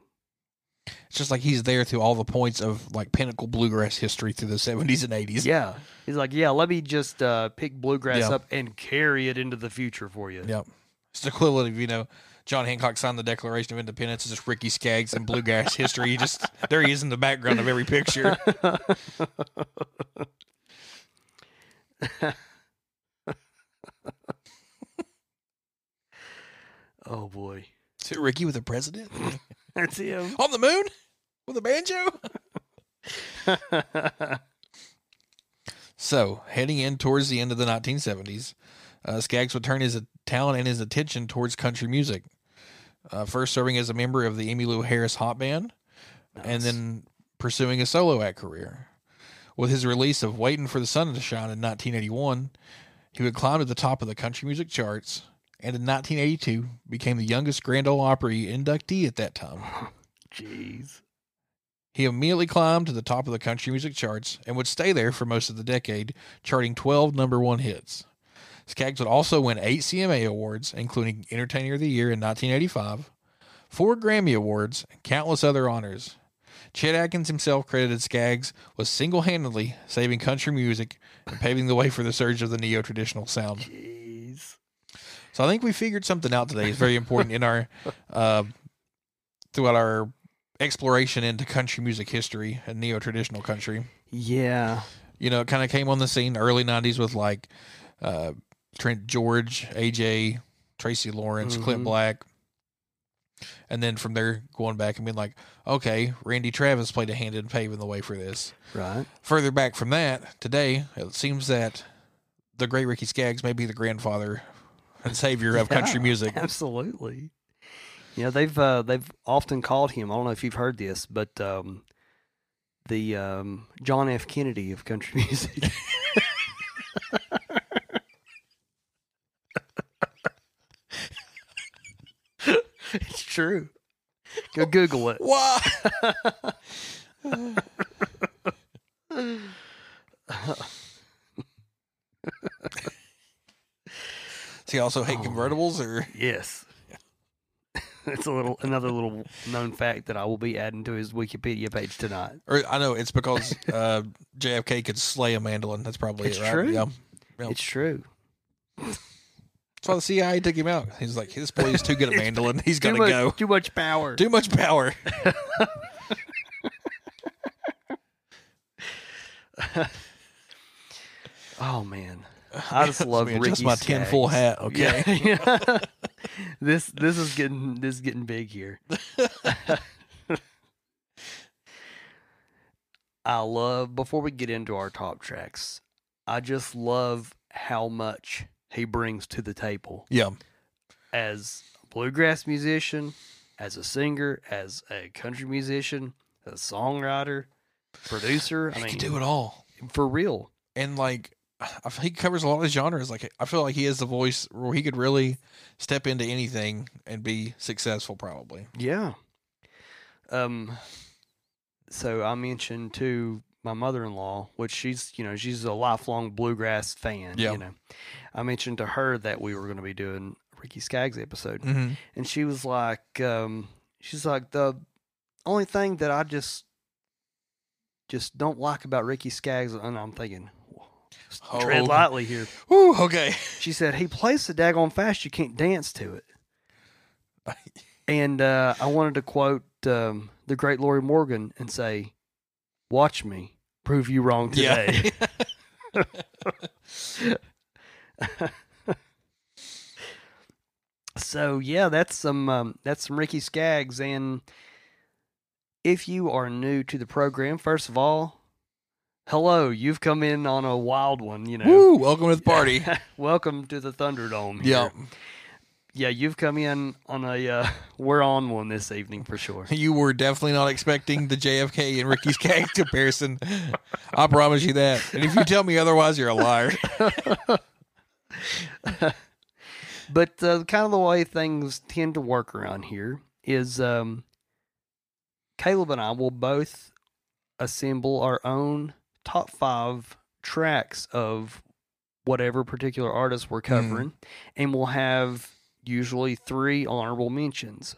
[SPEAKER 3] it's just like he's there through all the points of like pinnacle bluegrass history through the seventies and eighties.
[SPEAKER 2] Yeah. He's like, yeah, let me just uh, pick bluegrass
[SPEAKER 3] Yeah.
[SPEAKER 2] up and carry it into the future for you.
[SPEAKER 3] Yep. It's the equivalent of, you know, John Hancock signed the Declaration of Independence. It's just Ricky Skaggs and bluegrass history. You just there he is in the background of every picture.
[SPEAKER 2] Oh boy,
[SPEAKER 3] Is it Ricky with the president?
[SPEAKER 2] that's him.
[SPEAKER 3] On the moon? With a banjo? So, heading in towards the end of the 1970s, uh, Skaggs would turn his talent and his attention towards country music. Uh, first serving as a member of the Emmylou Harris Hot Band, and then pursuing a solo act career. With his release of Waiting for the Sun to Shine in 1981, he would climb to the top of the country music charts, and in 1982 became the youngest Grand Ole Opry inductee at that time.
[SPEAKER 2] jeez,
[SPEAKER 3] He immediately climbed to the top of the country music charts and would stay there for most of the decade, charting 12 number one hits. Skaggs would also win eight CMA awards, including Entertainer of the Year in 1985, four Grammy Awards, and countless other honors. Chet Atkins himself credited Skaggs with single handedly saving country music and paving the way for the surge of the neo traditional sound.
[SPEAKER 2] jeez.
[SPEAKER 3] So I think we figured something out today. It's very important in our uh, throughout our exploration into country music history and neo traditional country.
[SPEAKER 2] Yeah,
[SPEAKER 3] You know, it kind of came on the scene early '90s with like uh, Trent George, AJ, Tracy Lawrence, Clint
[SPEAKER 2] Mhm.
[SPEAKER 3] Black, and then from there going back and being like, okay, Randy Travis played a hand in paving the way for this.
[SPEAKER 2] right.
[SPEAKER 3] Further back from that, today it seems that the great Ricky Skaggs may be the grandfather and savior of country
[SPEAKER 2] Yeah,
[SPEAKER 3] music.
[SPEAKER 2] Absolutely. Yeah, they've uh, they've often called him. I don't know if you've heard this, but um, the um, John F. Kennedy of country music. it's true. Go Google it.
[SPEAKER 3] Why? So you also hate
[SPEAKER 2] Oh, man.
[SPEAKER 3] convertibles, or
[SPEAKER 2] Yes. It's a little another little known fact that I will be adding to his Wikipedia page tonight.
[SPEAKER 3] or I know it's because uh, JFK could slay a mandolin. That's probably
[SPEAKER 2] It's
[SPEAKER 3] it, right?
[SPEAKER 2] true.
[SPEAKER 3] Yeah. Yep.
[SPEAKER 2] It's true.
[SPEAKER 3] That's why the CIA took him out. He's like, this boy is too good at mandolin. He's
[SPEAKER 2] Too
[SPEAKER 3] gonna
[SPEAKER 2] much,
[SPEAKER 3] go.
[SPEAKER 2] Too much power.
[SPEAKER 3] Too much power.
[SPEAKER 2] Oh man, I just
[SPEAKER 3] Let
[SPEAKER 2] love
[SPEAKER 3] me adjust
[SPEAKER 2] Ricky.
[SPEAKER 3] my tinfoil
[SPEAKER 2] Skaggs.
[SPEAKER 3] hat. Okay.
[SPEAKER 2] Yeah. this this is getting this is getting big here. I love before we get into our top tracks. I just love how much he brings to the table
[SPEAKER 3] Yeah.
[SPEAKER 2] as a bluegrass musician, as a singer, as a country musician, a songwriter, producer. I
[SPEAKER 3] He
[SPEAKER 2] mean,
[SPEAKER 3] can do it all.
[SPEAKER 2] for real.
[SPEAKER 3] and like I feel he covers a lot of genres. Like I feel like he has the voice where he could really step into anything and be successful. Probably.
[SPEAKER 2] Yeah. Um. So I mentioned to my mother-in-law, which she's you know she's a lifelong bluegrass fan.
[SPEAKER 3] Yeah.
[SPEAKER 2] You know, I mentioned to her that we were going to be doing Ricky Skaggs episode,
[SPEAKER 3] Mm-hmm.
[SPEAKER 2] and she was like, um, she's like the only thing that I just just don't like about Ricky Skaggs, and I'm thinking. Tread
[SPEAKER 3] Oh.
[SPEAKER 2] lightly here.
[SPEAKER 3] Woo. Okay.
[SPEAKER 2] She said he plays so daggone fast you can't dance to it. And uh, I wanted to quote um, the great Lori Morgan and say, "Watch me prove you wrong today."
[SPEAKER 3] Yeah.
[SPEAKER 2] so yeah, that's some um, that's some Ricky Skaggs. And if you are new to the program, first of all, hello, you've come in on a wild one. You know,
[SPEAKER 3] Woo. Welcome to the party.
[SPEAKER 2] welcome to the Thunderdome. Here.
[SPEAKER 3] yeah.
[SPEAKER 2] yeah, you've come in on a uh, we're on one this evening for sure.
[SPEAKER 3] You were definitely not expecting the JFK and Ricky's cake comparison. I promise you that. And if you tell me otherwise, you're a liar.
[SPEAKER 2] But uh, kind of the way things tend to work around here is um, Caleb and I will both assemble our own top five tracks of whatever particular artist we're covering, and we'll have usually three honorable mentions.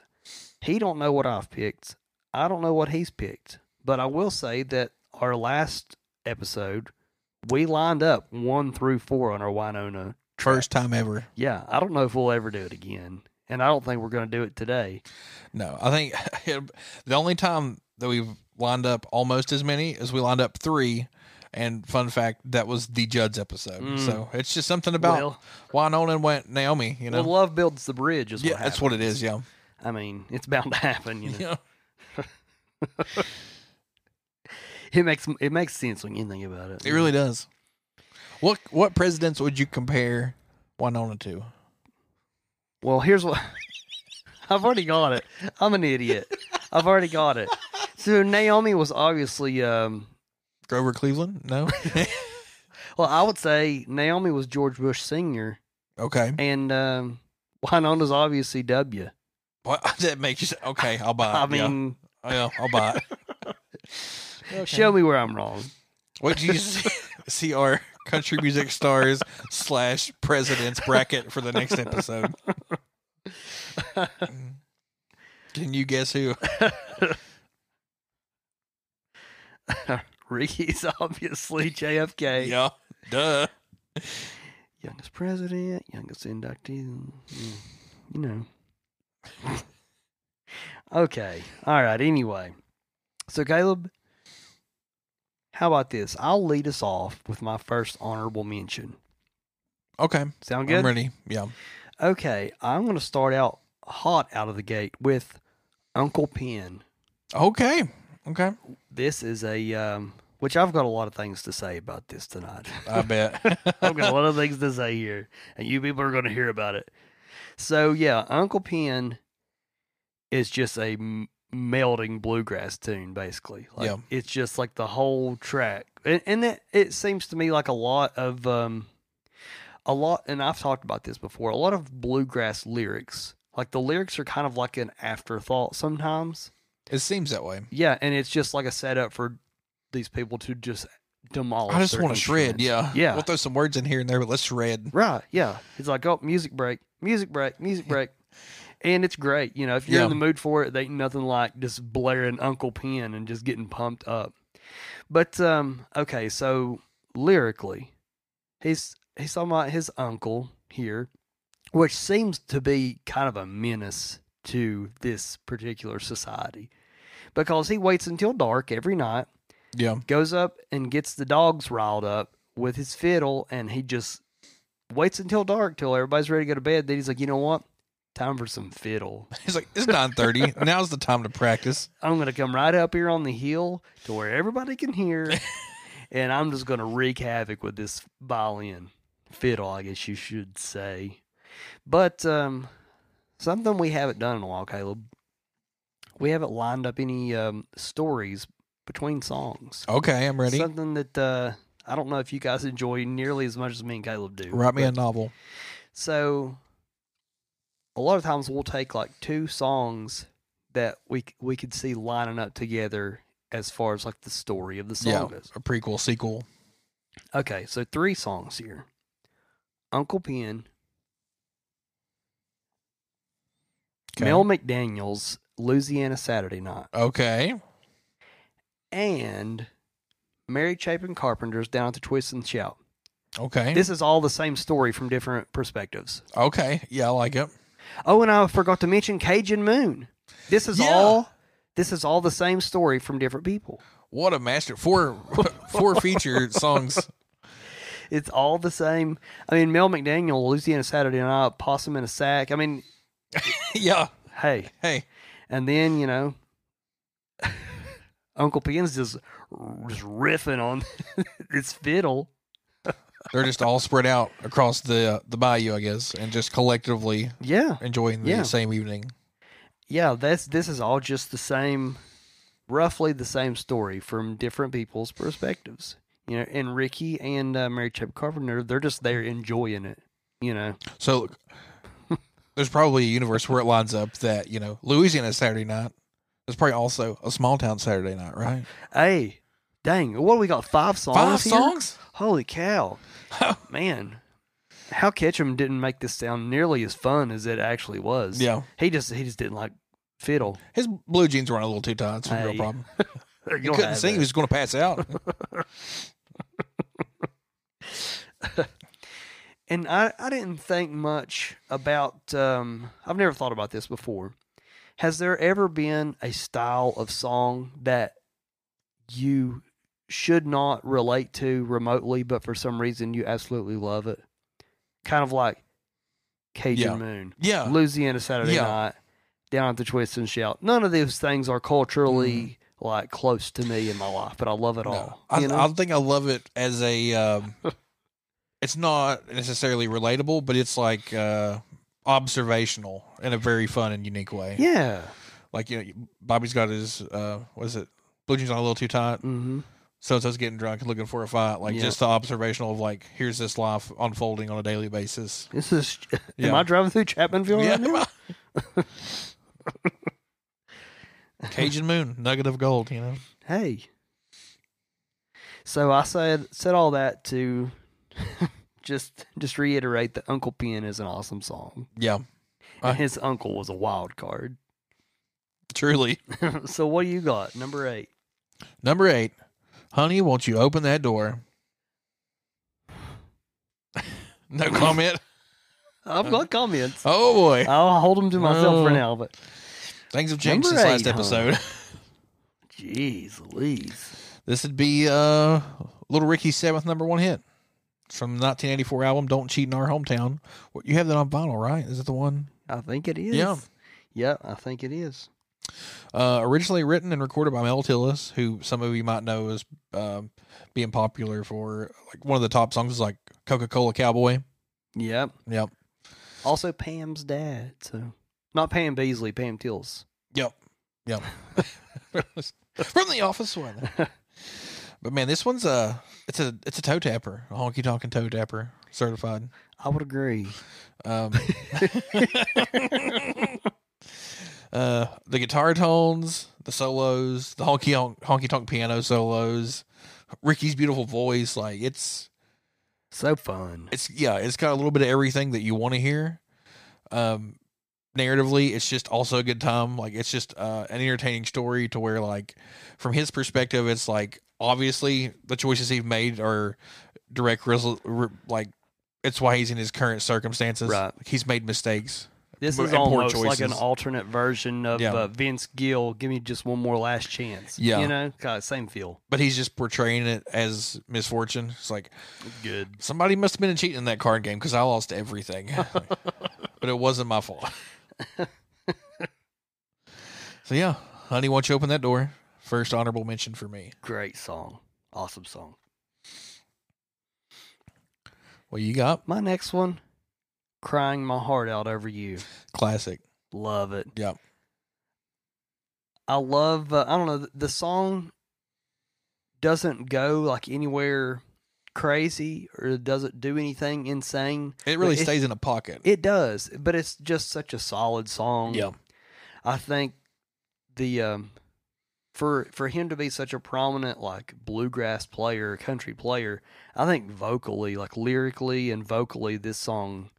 [SPEAKER 2] He don't know what I've picked. I don't know what he's picked. But I will say that our last episode, we lined up one through four on our Winona
[SPEAKER 3] First time ever.
[SPEAKER 2] yeah, I don't know if we'll ever do it again, and I don't think we're going to do it today.
[SPEAKER 3] No, I think the only time that we've lined up almost as many as we lined up three And fun fact, that was the Judds episode.
[SPEAKER 2] Mm.
[SPEAKER 3] So it's just something about
[SPEAKER 2] well,
[SPEAKER 3] Winona and Wa- Naomi, you know.
[SPEAKER 2] well, love builds the bridge. Is
[SPEAKER 3] yeah,
[SPEAKER 2] what
[SPEAKER 3] that's
[SPEAKER 2] happened.
[SPEAKER 3] what it is. Yeah.
[SPEAKER 2] I mean, it's bound to happen. You know,
[SPEAKER 3] yeah.
[SPEAKER 2] it makes it makes sense when you think about it.
[SPEAKER 3] It really does. What what presidents would you compare Winona to?
[SPEAKER 2] Well, here's what I've already got it. I'm an idiot. I've already got it. So Naomi was obviously, um,
[SPEAKER 3] Grover Cleveland? No.
[SPEAKER 2] well, I would say Naomi was George Bush Senior,
[SPEAKER 3] okay.
[SPEAKER 2] and um, Winona's obviously W.
[SPEAKER 3] What that makes you say, okay, I'll buy it.
[SPEAKER 2] I
[SPEAKER 3] Uh, yeah.
[SPEAKER 2] mean,
[SPEAKER 3] Yeah, I'll buy it. okay.
[SPEAKER 2] show me where I'm wrong.
[SPEAKER 3] What do you see, see our country music stars slash presidents bracket for the next episode? Can you guess who?
[SPEAKER 2] Ricky's obviously JFK,
[SPEAKER 3] Yeah, duh.
[SPEAKER 2] youngest president, youngest inductee. mm, You know. okay. All right. Anyway, so Caleb, how about this? I'll lead us off with my first honorable mention.
[SPEAKER 3] Okay,
[SPEAKER 2] Sound
[SPEAKER 3] I'm
[SPEAKER 2] good?
[SPEAKER 3] ready. Yeah,
[SPEAKER 2] Okay, I'm going to start out hot out of the gate with Uncle Penn.
[SPEAKER 3] okay, okay.
[SPEAKER 2] This is a um, which I've got a lot of things to say about this tonight.
[SPEAKER 3] I bet.
[SPEAKER 2] I've got a lot of things to say here, and you people are going to hear about it. So yeah, Uncle Penn is just a m- melding bluegrass tune, basically. Like,
[SPEAKER 3] Yeah.
[SPEAKER 2] it's just like the whole track, and, and it, it seems to me like a lot of um, a lot, and I've talked about this before. A lot of bluegrass lyrics, like the lyrics are kind of like an afterthought sometimes.
[SPEAKER 3] It seems that way.
[SPEAKER 2] Yeah, and it's just like a setup for these people to just demolish.
[SPEAKER 3] I just
[SPEAKER 2] their
[SPEAKER 3] want to shred.
[SPEAKER 2] instruments.
[SPEAKER 3] Yeah,
[SPEAKER 2] yeah.
[SPEAKER 3] We'll throw some words in here and there, but let's shred.
[SPEAKER 2] Right. Yeah. It's like, oh, music break, music break, music break. And it's great. You know, if you're
[SPEAKER 3] Yeah.
[SPEAKER 2] in the mood for it, they ain't nothing like just blaring Uncle Pen and just getting pumped up. But um, okay, so lyrically, he's he's talking about his uncle here, which seems to be kind of a menace to this particular society. Because he waits until dark every night
[SPEAKER 3] Yeah,
[SPEAKER 2] goes up and gets the dogs riled up with his fiddle and he just waits until dark till everybody's ready to go to bed then he's like you know what time for some fiddle
[SPEAKER 3] he's like, it's nine thirty. Now's the time to practice.
[SPEAKER 2] i'm gonna come right up here on the hill to where everybody can hear and i'm just gonna wreak havoc with this violin fiddle i guess you should say but um something we haven't done in a while caleb we haven't lined up any um, stories between songs
[SPEAKER 3] Okay, I'm ready.
[SPEAKER 2] Something that uh, I don't know if you guys enjoy nearly as much as me and Caleb do.
[SPEAKER 3] Write me a
[SPEAKER 2] but-
[SPEAKER 3] novel.
[SPEAKER 2] So, a lot of times we'll take like two songs that we c- we could see lining up together as far as like the story of the
[SPEAKER 3] Yeah,
[SPEAKER 2] song goes.
[SPEAKER 3] a prequel, sequel.
[SPEAKER 2] Okay, so three songs here. Uncle Pen,
[SPEAKER 3] Okay.
[SPEAKER 2] Mel McDaniel's Louisiana Saturday Night,
[SPEAKER 3] Okay.
[SPEAKER 2] and Mary Chapin Carpenter's Down at the Twist and Shout.
[SPEAKER 3] Okay.
[SPEAKER 2] This is all the same story from different perspectives.
[SPEAKER 3] okay. Yeah, I like it.
[SPEAKER 2] Oh, and I forgot to mention Cajun Moon. This is
[SPEAKER 3] Yeah.
[SPEAKER 2] all. This is all the same story from different people.
[SPEAKER 3] What a master four four feature songs.
[SPEAKER 2] It's all the same. I mean, Mel McDaniel, Louisiana Saturday Night, Possum in a Sack. I mean,
[SPEAKER 3] yeah.
[SPEAKER 2] hey,
[SPEAKER 3] Hey.
[SPEAKER 2] and then you know, Uncle Pen's just just riffing on this fiddle.
[SPEAKER 3] They're just all spread out across the the bayou, I guess, and just collectively
[SPEAKER 2] Yeah,
[SPEAKER 3] enjoying the
[SPEAKER 2] Yeah.
[SPEAKER 3] same evening.
[SPEAKER 2] yeah. That's this is all just the same, roughly the same story from different people's perspectives. You know, and Ricky and uh, Mary Chapin Carpenter, they're just there enjoying it. You know.
[SPEAKER 3] So there's probably a universe where it lines up that, you know, Louisiana Saturday night is probably also a small town Saturday night, right?
[SPEAKER 2] Hey, dang, what do we got? Five songs?
[SPEAKER 3] Five
[SPEAKER 2] here?
[SPEAKER 3] songs?
[SPEAKER 2] Holy cow. Man. How Ketchum didn't make this sound nearly as fun as it actually was.
[SPEAKER 3] Yeah.
[SPEAKER 2] He just he just didn't like fiddle.
[SPEAKER 3] His blue jeans weren't a little too tight. It's a real
[SPEAKER 2] Hey,
[SPEAKER 3] problem. He
[SPEAKER 2] You'll
[SPEAKER 3] couldn't
[SPEAKER 2] have
[SPEAKER 3] sing. He
[SPEAKER 2] it.
[SPEAKER 3] was going to pass out.
[SPEAKER 2] And I, I didn't think much about um I've never thought about this before. Has there ever been a style of song that you should not relate to remotely, but for some reason you absolutely love it. Kind of like Cajun
[SPEAKER 3] Yeah.
[SPEAKER 2] Moon,
[SPEAKER 3] Yeah.
[SPEAKER 2] Louisiana Saturday
[SPEAKER 3] Yeah.
[SPEAKER 2] Night, Down at the Twist and Shout. None of those things are culturally like close to me in my life, but I love it
[SPEAKER 3] Mm. No.
[SPEAKER 2] all.
[SPEAKER 3] I,
[SPEAKER 2] you know?
[SPEAKER 3] I think I love it as a. Um, it's not necessarily relatable, but it's like uh, observational in a very fun and unique way.
[SPEAKER 2] yeah.
[SPEAKER 3] Like you know, you- Bobby's got his uh, what is it? Blue jeans on a little too tight.
[SPEAKER 2] hmm
[SPEAKER 3] So and so's getting drunk and looking for a fight. Like
[SPEAKER 2] Yeah.
[SPEAKER 3] just the observational of like here's this life unfolding on a daily basis.
[SPEAKER 2] This is.
[SPEAKER 3] Yeah.
[SPEAKER 2] Am I driving through Chapmanville right now?
[SPEAKER 3] Cajun Moon, nugget of gold. You know.
[SPEAKER 2] hey. So I said said all that to just just reiterate that Uncle Pen is an awesome song.
[SPEAKER 3] Yeah.
[SPEAKER 2] And
[SPEAKER 3] I-
[SPEAKER 2] his uncle was a wild card.
[SPEAKER 3] Truly.
[SPEAKER 2] so what do you got? Number eight.
[SPEAKER 3] Number eight, honey, won't you open that door? no comment. Uh,
[SPEAKER 2] I've got comments.
[SPEAKER 3] Oh boy,
[SPEAKER 2] I'll hold them to myself for
[SPEAKER 3] Oh.
[SPEAKER 2] now, but
[SPEAKER 3] things have changed
[SPEAKER 2] Number
[SPEAKER 3] since last
[SPEAKER 2] eight, huh?
[SPEAKER 3] episode.
[SPEAKER 2] jeez Louise.
[SPEAKER 3] This would be uh, Little Ricky's seventh number one hit. It's from the 1984 album "Don't Cheat in Our Hometown." What you have that on vinyl, right? Is it the one?
[SPEAKER 2] I think it is.
[SPEAKER 3] Yeah.
[SPEAKER 2] Yeah, I think it is.
[SPEAKER 3] Uh, originally written and recorded by Mel Tillis, who some of you might know as um, being popular for like one of the top songs is like "Coca Cola Cowboy."
[SPEAKER 2] Yep.
[SPEAKER 3] Yep,
[SPEAKER 2] Also Pam's dad, so not Pam Beasley, Pam Tills.
[SPEAKER 3] yep, yep. from the office one. But man, this one's a it's a it's a toe tapper, a honky tonkin' toe tapper, certified.
[SPEAKER 2] I would agree.
[SPEAKER 3] Um, uh, the guitar tones, the solos, the honky honk, honky tonk piano solos, Ricky's beautiful voice, like it's
[SPEAKER 2] So fun.
[SPEAKER 3] it's yeah, it's got a little bit of everything that you want to hear. Um, narratively, it's just also a good time. Like it's just uh, an entertaining story to where like from his perspective, it's like obviously the choices he's made are direct result re- like. It's why he's in his current circumstances.
[SPEAKER 2] Right.
[SPEAKER 3] He's made mistakes.
[SPEAKER 2] This
[SPEAKER 3] Mo-
[SPEAKER 2] is
[SPEAKER 3] and poor
[SPEAKER 2] almost like an
[SPEAKER 3] choices.
[SPEAKER 2] alternate version of
[SPEAKER 3] Yeah.
[SPEAKER 2] uh, Vince Gill. Give me just one more last chance.
[SPEAKER 3] Yeah.
[SPEAKER 2] you know, God, same feel.
[SPEAKER 3] but he's just portraying it as misfortune. It's like
[SPEAKER 2] Good.
[SPEAKER 3] somebody must have been cheating in that card game because I lost everything, but it wasn't my fault. so yeah, honey, won't you open that door? First honorable mention for me.
[SPEAKER 2] Great song. Awesome song.
[SPEAKER 3] What you got?
[SPEAKER 2] My next one, crying my heart out over you.
[SPEAKER 3] Classic.
[SPEAKER 2] Love it.
[SPEAKER 3] Yeah.
[SPEAKER 2] I love. Uh, I don't know. th- The song doesn't go like anywhere crazy or doesn't do anything insane.
[SPEAKER 3] It really
[SPEAKER 2] It-
[SPEAKER 3] stays in a pocket.
[SPEAKER 2] It does, but it's just such a solid song.
[SPEAKER 3] yeah.
[SPEAKER 2] I think the um, for for him to be such a prominent like bluegrass player, country player, I think vocally, like lyrically and vocally, this song,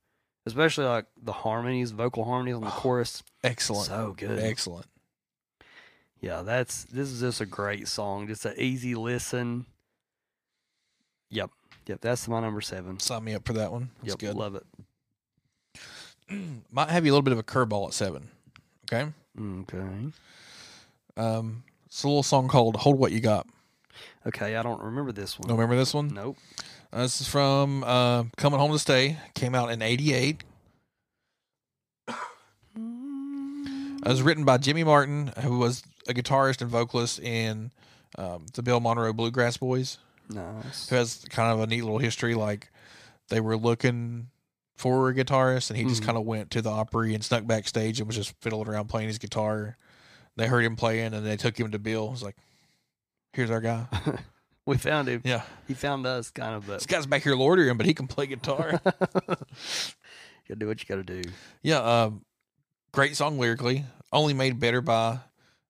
[SPEAKER 2] especially like the harmonies, vocal harmonies
[SPEAKER 3] Oh,
[SPEAKER 2] on the chorus,
[SPEAKER 3] Excellent.
[SPEAKER 2] so good.
[SPEAKER 3] Excellent.
[SPEAKER 2] yeah, that's this is just a great song, just an easy listen. Yep, yep, that's my number seven.
[SPEAKER 3] Sign me up for that one. It's
[SPEAKER 2] Yep,
[SPEAKER 3] good.
[SPEAKER 2] love it.
[SPEAKER 3] Might have you a little bit of a curveball at seven. Okay.
[SPEAKER 2] Okay,
[SPEAKER 3] Um, it's a little song called "Hold What You Got."
[SPEAKER 2] okay, I don't remember this one.
[SPEAKER 3] Don't remember this one?
[SPEAKER 2] Nope.
[SPEAKER 3] Uh, this is from uh, Coming Home to Stay. Came out in 88. It was written by Jimmy Martin, who was a guitarist and vocalist in um, the Bill Monroe Bluegrass Boys,
[SPEAKER 2] Nice.
[SPEAKER 3] who has kind of a neat little history. Like, they were looking for a guitarist, and he just
[SPEAKER 2] Mhm.
[SPEAKER 3] kind of went to the Opry and snuck backstage and was just fiddling around playing his guitar. They heard him playing, and they took him to Bill. It was like, here's our guy.
[SPEAKER 2] We found him.
[SPEAKER 3] Yeah.
[SPEAKER 2] He found us, kind of, but
[SPEAKER 3] This guy's back here loitering, but he can play guitar.
[SPEAKER 2] You gotta do what you gotta do. Oh,
[SPEAKER 3] Yeah, uh, great song lyrically, only made better by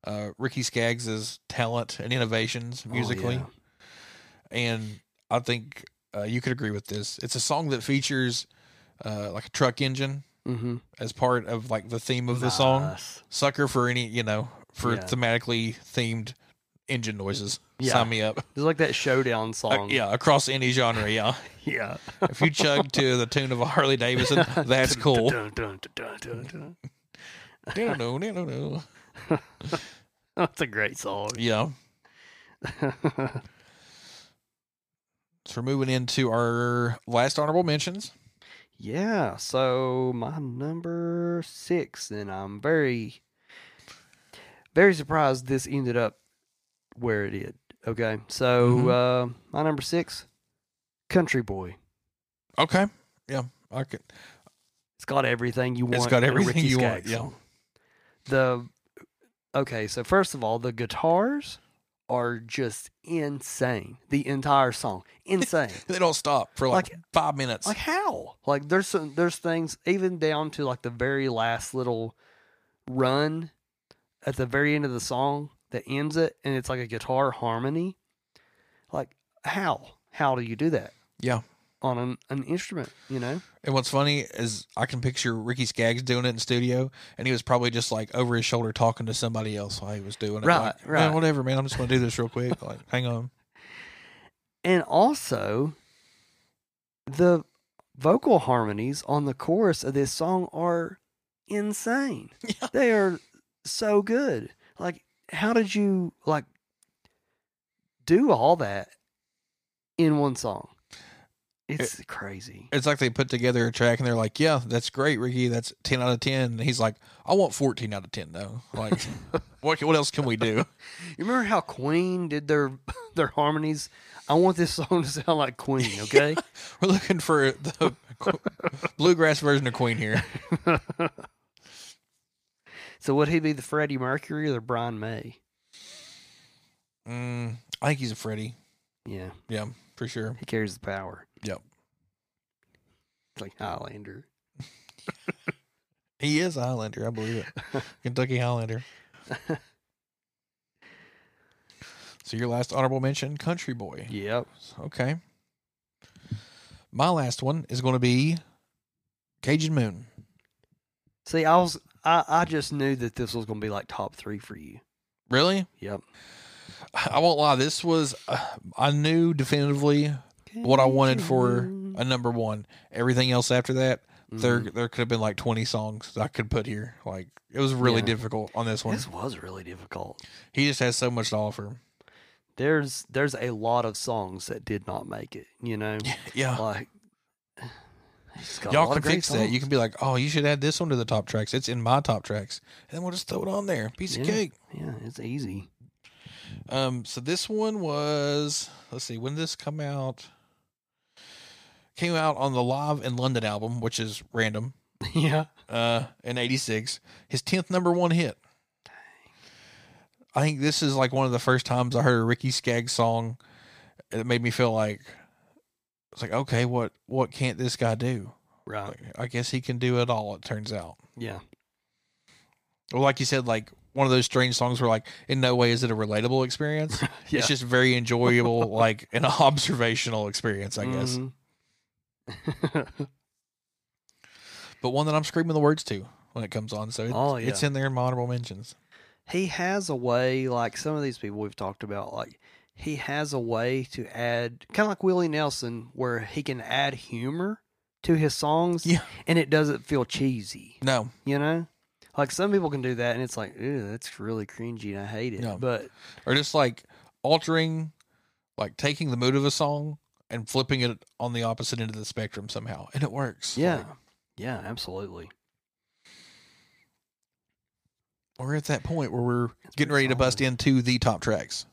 [SPEAKER 3] uh, Ricky Skaggs' talent and innovations musically.
[SPEAKER 2] Oh, yeah.
[SPEAKER 3] And I think uh, you could agree with this. It's a song that features uh, like a truck engine
[SPEAKER 2] Mm-hmm.
[SPEAKER 3] as part of like the theme of the song. Sucker for any, you know, for
[SPEAKER 2] Yeah.
[SPEAKER 3] thematically themed engine noises.
[SPEAKER 2] Yeah.
[SPEAKER 3] Sign me up.
[SPEAKER 2] It's like that showdown song.
[SPEAKER 3] Uh, yeah, across any genre. Yeah.
[SPEAKER 2] yeah.
[SPEAKER 3] if you chug to the tune of a Harley Davidson, that's cool.
[SPEAKER 2] Dun, dun, dun, dun, dun, dun.
[SPEAKER 3] no, no, no, no.
[SPEAKER 2] That's a great song.
[SPEAKER 3] Yeah. So we're moving into our last honorable mentions.
[SPEAKER 2] Yeah, so my number six, and I'm very, very surprised this ended up where it did. Okay, so
[SPEAKER 3] Mm-hmm.
[SPEAKER 2] uh, my number six, Country Boy.
[SPEAKER 3] Okay. Yeah. I could.
[SPEAKER 2] It's got everything you want.
[SPEAKER 3] It's
[SPEAKER 2] in
[SPEAKER 3] got
[SPEAKER 2] a
[SPEAKER 3] everything
[SPEAKER 2] Ricky
[SPEAKER 3] you want,
[SPEAKER 2] Skaggs
[SPEAKER 3] yeah.
[SPEAKER 2] song. The okay, so first of all, the guitars are just insane. The entire song, insane.
[SPEAKER 3] They don't stop for like, five minutes.
[SPEAKER 2] Like how? Like there's some there's things even down to like the very last little run at the very end of the song that ends it and it's like a guitar harmony. Like how? How do you do that
[SPEAKER 3] yeah.
[SPEAKER 2] on an, an instrument, you know?
[SPEAKER 3] And what's funny is I can picture Ricky Skaggs doing it in studio, and he was probably just like over his shoulder talking to somebody else while he was doing it.
[SPEAKER 2] Right,
[SPEAKER 3] Like, "Man,
[SPEAKER 2] right.
[SPEAKER 3] whatever, man. I'm just going to do this real quick. Like, hang on.
[SPEAKER 2] And also the vocal harmonies on the chorus of this song are insane.
[SPEAKER 3] Yeah.
[SPEAKER 2] They are so good. Like, how did you like do all that in one song? It's crazy.
[SPEAKER 3] It's like they put together a track, and they're like, "Yeah, that's great, Ricky. That's ten out of 10. And he's like, "I want fourteen out of ten, though. Like, what? can- What else can we do?
[SPEAKER 2] You remember how Queen did their their harmonies? I want this song to sound like Queen, okay?
[SPEAKER 3] We're looking for the bluegrass version of Queen here.
[SPEAKER 2] so would he be the Freddie Mercury or the Brian May?
[SPEAKER 3] Mm, I think he's a Freddy.
[SPEAKER 2] Yeah,
[SPEAKER 3] Yeah, for sure.
[SPEAKER 2] he carries the power.
[SPEAKER 3] Yep.
[SPEAKER 2] It's like Highlander.
[SPEAKER 3] He is a Highlander. I believe it. Kentucky Highlander. so your last honorable mention, Country Boy.
[SPEAKER 2] Yep.
[SPEAKER 3] Okay. My last one is going to be Cajun Moon.
[SPEAKER 2] See, I was I, I just knew that this was gonna be like top three for you.
[SPEAKER 3] Really?
[SPEAKER 2] Yep.
[SPEAKER 3] I won't lie. This was, uh, I knew definitively what I wanted for a number one. Everything else after that, there there could have been like 20 songs that I could put here. Like, it was really
[SPEAKER 2] Yeah.
[SPEAKER 3] difficult on this one.
[SPEAKER 2] Mm. This was really difficult.
[SPEAKER 3] He just has so much to offer.
[SPEAKER 2] There's there's a lot of songs that did not make it. You know,
[SPEAKER 3] Yeah.
[SPEAKER 2] like he's got a
[SPEAKER 3] Y'all
[SPEAKER 2] lot
[SPEAKER 3] can
[SPEAKER 2] of great
[SPEAKER 3] fix that. You
[SPEAKER 2] songs.
[SPEAKER 3] can be like, oh, you should add this one to the top tracks. It's in my top tracks. And then we'll just throw it on there. Piece of
[SPEAKER 2] Yeah.
[SPEAKER 3] cake.
[SPEAKER 2] yeah, it's easy.
[SPEAKER 3] Um, so this one was let's see, when did this come out? Came out on the Live in London album, which is random,
[SPEAKER 2] yeah.
[SPEAKER 3] uh, in eighty six. His tenth number one hit. I think this is like one of the first times I heard a Ricky Skaggs song. It made me feel like it's like, okay, what what can't this guy do?
[SPEAKER 2] Right.
[SPEAKER 3] Like, I guess he can do it all, it turns out.
[SPEAKER 2] Yeah.
[SPEAKER 3] Well, like you said, like one of those strange songs where like in no way is it a relatable experience.
[SPEAKER 2] Yeah.
[SPEAKER 3] It's just very enjoyable, like an observational experience, I guess.
[SPEAKER 2] Mm-hmm. Mhm.
[SPEAKER 3] But one that I'm screaming the words to when it comes on. So it,
[SPEAKER 2] Oh,
[SPEAKER 3] it's
[SPEAKER 2] yeah.
[SPEAKER 3] in there in my honorable mentions.
[SPEAKER 2] he has a way, like some of these people we've talked about, like he has a way to add, kind of like Willie Nelson, where he can add humor to his songs,
[SPEAKER 3] Yeah.
[SPEAKER 2] and it doesn't feel cheesy.
[SPEAKER 3] No,
[SPEAKER 2] You know, like some people can do that, and it's like, ew, that's really cringy, and I hate it.
[SPEAKER 3] Yeah.
[SPEAKER 2] But
[SPEAKER 3] or just like altering, like taking the mood of a song and flipping it on the opposite end of the spectrum somehow, and it works.
[SPEAKER 2] yeah,
[SPEAKER 3] Like,
[SPEAKER 2] yeah, absolutely.
[SPEAKER 3] we're at that point where we're
[SPEAKER 2] It's
[SPEAKER 3] getting
[SPEAKER 2] pretty
[SPEAKER 3] ready to bust
[SPEAKER 2] solid.
[SPEAKER 3] into the top tracks.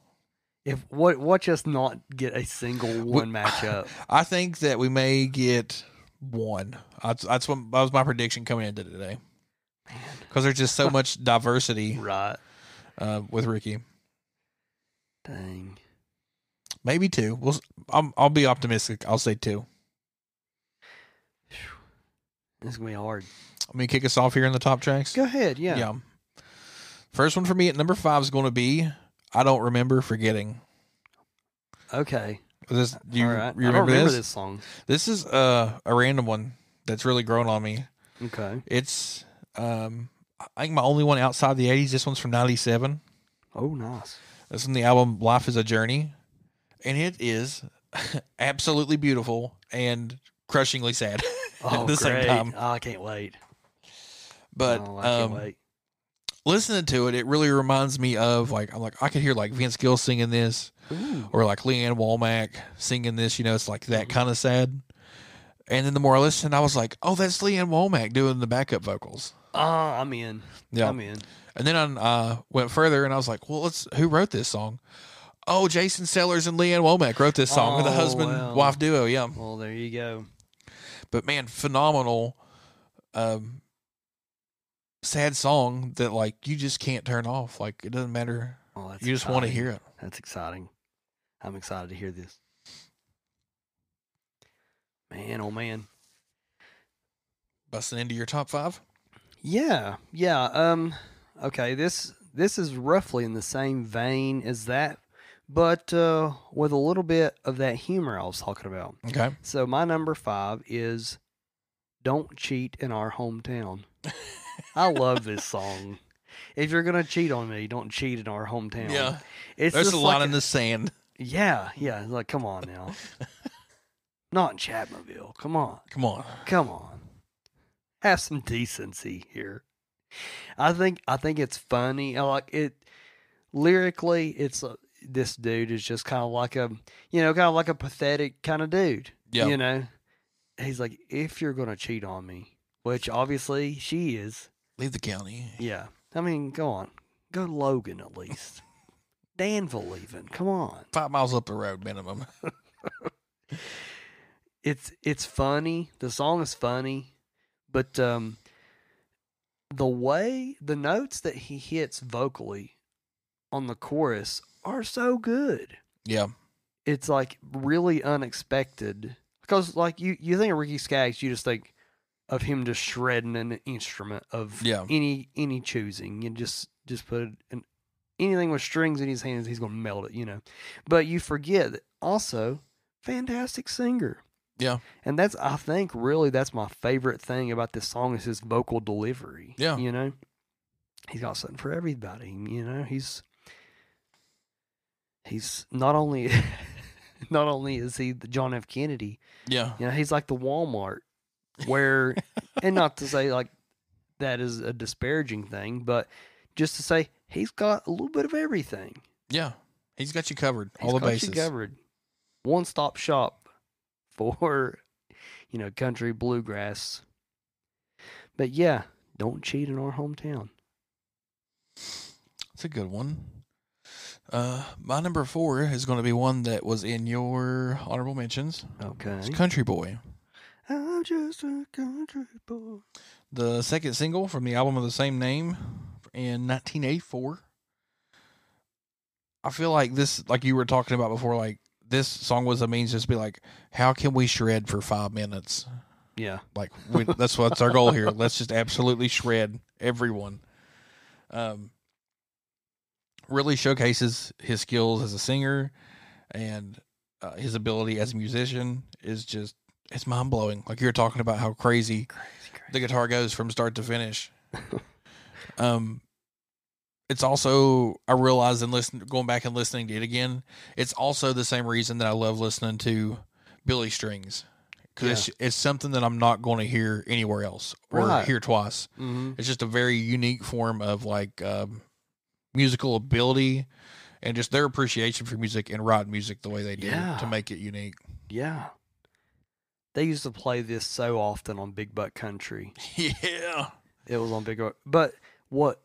[SPEAKER 2] If what watch us not get a single one matchup.
[SPEAKER 3] I think that we may get one. That's, that's what that was my prediction coming into today. Because there's just so much diversity
[SPEAKER 2] right.
[SPEAKER 3] uh, with Ricky.
[SPEAKER 2] Dang.
[SPEAKER 3] Maybe two. We'll. s- I'm, I'll be optimistic. I'll say two.
[SPEAKER 2] This is gonna be hard.
[SPEAKER 3] Let me kick us off here in the top tracks.
[SPEAKER 2] Go ahead, yeah.
[SPEAKER 3] First one for me at number five is going to be "I Don't Remember Forgetting."
[SPEAKER 2] Okay.
[SPEAKER 3] This do you,
[SPEAKER 2] All right.
[SPEAKER 3] you
[SPEAKER 2] I don't
[SPEAKER 3] remember,
[SPEAKER 2] remember
[SPEAKER 3] this?
[SPEAKER 2] this song.
[SPEAKER 3] This is uh, a random one that's really grown on me.
[SPEAKER 2] Okay.
[SPEAKER 3] It's um, I think my only one outside the '80s. This one's from '97.
[SPEAKER 2] Oh, nice.
[SPEAKER 3] It's from the album Life is a Journey. And it is absolutely beautiful and crushingly sad
[SPEAKER 2] Oh,
[SPEAKER 3] at the
[SPEAKER 2] great.
[SPEAKER 3] same time.
[SPEAKER 2] Oh, I can't wait.
[SPEAKER 3] But
[SPEAKER 2] oh, I can't
[SPEAKER 3] um,
[SPEAKER 2] wait.
[SPEAKER 3] listening to it, it really reminds me of like I'm like I could hear like Vince Gill singing this
[SPEAKER 2] Ooh.
[SPEAKER 3] or like Leanne Walmack singing this. You know, it's like that
[SPEAKER 2] Mm-hmm.
[SPEAKER 3] kind of sad. And then the more I listened, I was like, oh, that's Leanne Walmack doing the backup vocals.
[SPEAKER 2] Ah, I'm in. I'm in.
[SPEAKER 3] And then I uh, went further and I was like, well, let's, who wrote this song? Oh, Jason Sellers and Leanne Womack wrote this song with a
[SPEAKER 2] Oh,
[SPEAKER 3] husband
[SPEAKER 2] wow.
[SPEAKER 3] wife duo. Yeah.
[SPEAKER 2] Well, there you go.
[SPEAKER 3] But man, phenomenal, um, sad song that like you just can't turn off. Like it doesn't matter.
[SPEAKER 2] Well, that's
[SPEAKER 3] you just want to
[SPEAKER 2] exciting.
[SPEAKER 3] hear it.
[SPEAKER 2] That's exciting. I'm excited to hear this. Man, oh man.
[SPEAKER 3] Busting into your top five.
[SPEAKER 2] Yeah, yeah. Um, okay, this this is roughly in the same vein as that, but uh, with a little bit of that humor I was talking about.
[SPEAKER 3] Okay.
[SPEAKER 2] So my number five is "Don't Cheat in Our Hometown." I love this song. If you're gonna cheat on me, don't cheat in our hometown.
[SPEAKER 3] Yeah.
[SPEAKER 2] it's
[SPEAKER 3] There's
[SPEAKER 2] just
[SPEAKER 3] a lot
[SPEAKER 2] like
[SPEAKER 3] in the sand.
[SPEAKER 2] Yeah, yeah. it's Like, come on now. Not in Chapmanville. Come on.
[SPEAKER 3] Come on.
[SPEAKER 2] Come on. Have some decency here. I think I think it's funny. I like it lyrically it's uh, this dude is just kind of like a you know, kind of like a pathetic kind of dude.
[SPEAKER 3] Yeah.
[SPEAKER 2] You know. He's like if you're going to cheat on me, which obviously she is.
[SPEAKER 3] Leave the county.
[SPEAKER 2] Yeah. I mean, go on. Go to Logan at least. Danville even. Come on.
[SPEAKER 3] Five miles up the road minimum.
[SPEAKER 2] it's it's funny. The song is funny, but um, the way the notes that he hits vocally on the chorus are so good.
[SPEAKER 3] Yeah.
[SPEAKER 2] It's like really unexpected because like you you think of Ricky Skaggs, you just think of him just shredding an instrument of
[SPEAKER 3] Yeah.
[SPEAKER 2] any any choosing. You just just put an, anything with strings in his hands, he's gonna melt it, you know. But you forget that also fantastic singer.
[SPEAKER 3] Yeah.
[SPEAKER 2] And that's I think really that's my favorite thing about this song is his vocal delivery.
[SPEAKER 3] Yeah.
[SPEAKER 2] You know? He's got something for everybody. You know, he's he's not only not only is he the John F. Kennedy,
[SPEAKER 3] Yeah.
[SPEAKER 2] you know, he's like the Walmart where and not to say like that is a disparaging thing, but just to say he's got a little bit of everything.
[SPEAKER 3] Yeah. He's got you covered.
[SPEAKER 2] He's
[SPEAKER 3] all the
[SPEAKER 2] got you
[SPEAKER 3] bases.
[SPEAKER 2] covered. One stop shop for you know country bluegrass. But yeah, don't cheat in our hometown.
[SPEAKER 3] It's a good one. Uh, my number four is going to be one that was in your honorable mentions.
[SPEAKER 2] Okay.
[SPEAKER 3] It's Country Boy,
[SPEAKER 2] I'm just a country boy.
[SPEAKER 3] the second single from the album of the same name in 1984. I feel like this, like you were talking about before, like this song was a means to just be like, how can we shred for five minutes?
[SPEAKER 2] Yeah.
[SPEAKER 3] Like we, that's what's our goal here. Let's just absolutely shred everyone. Um, really showcases his skills as a singer, and uh, his ability as a musician is just it's mind blowing. Like you're talking about how crazy
[SPEAKER 2] Crazy, crazy.
[SPEAKER 3] the guitar goes from start to finish. um, it's also I realized in listening, going back and listening to it again, it's also the same reason that I love listening to Billy Strings because it's, it's something that I'm not going to hear anywhere else or
[SPEAKER 2] Right.
[SPEAKER 3] hear twice.
[SPEAKER 2] mm-hmm.
[SPEAKER 3] It's just a very unique form of like um, musical ability and just their appreciation for music and writing music the way they do
[SPEAKER 2] Yeah.
[SPEAKER 3] to make it unique.
[SPEAKER 2] Yeah. They used to play this so often on Big Buck Country.
[SPEAKER 3] yeah,
[SPEAKER 2] It was on Big Buck. But what,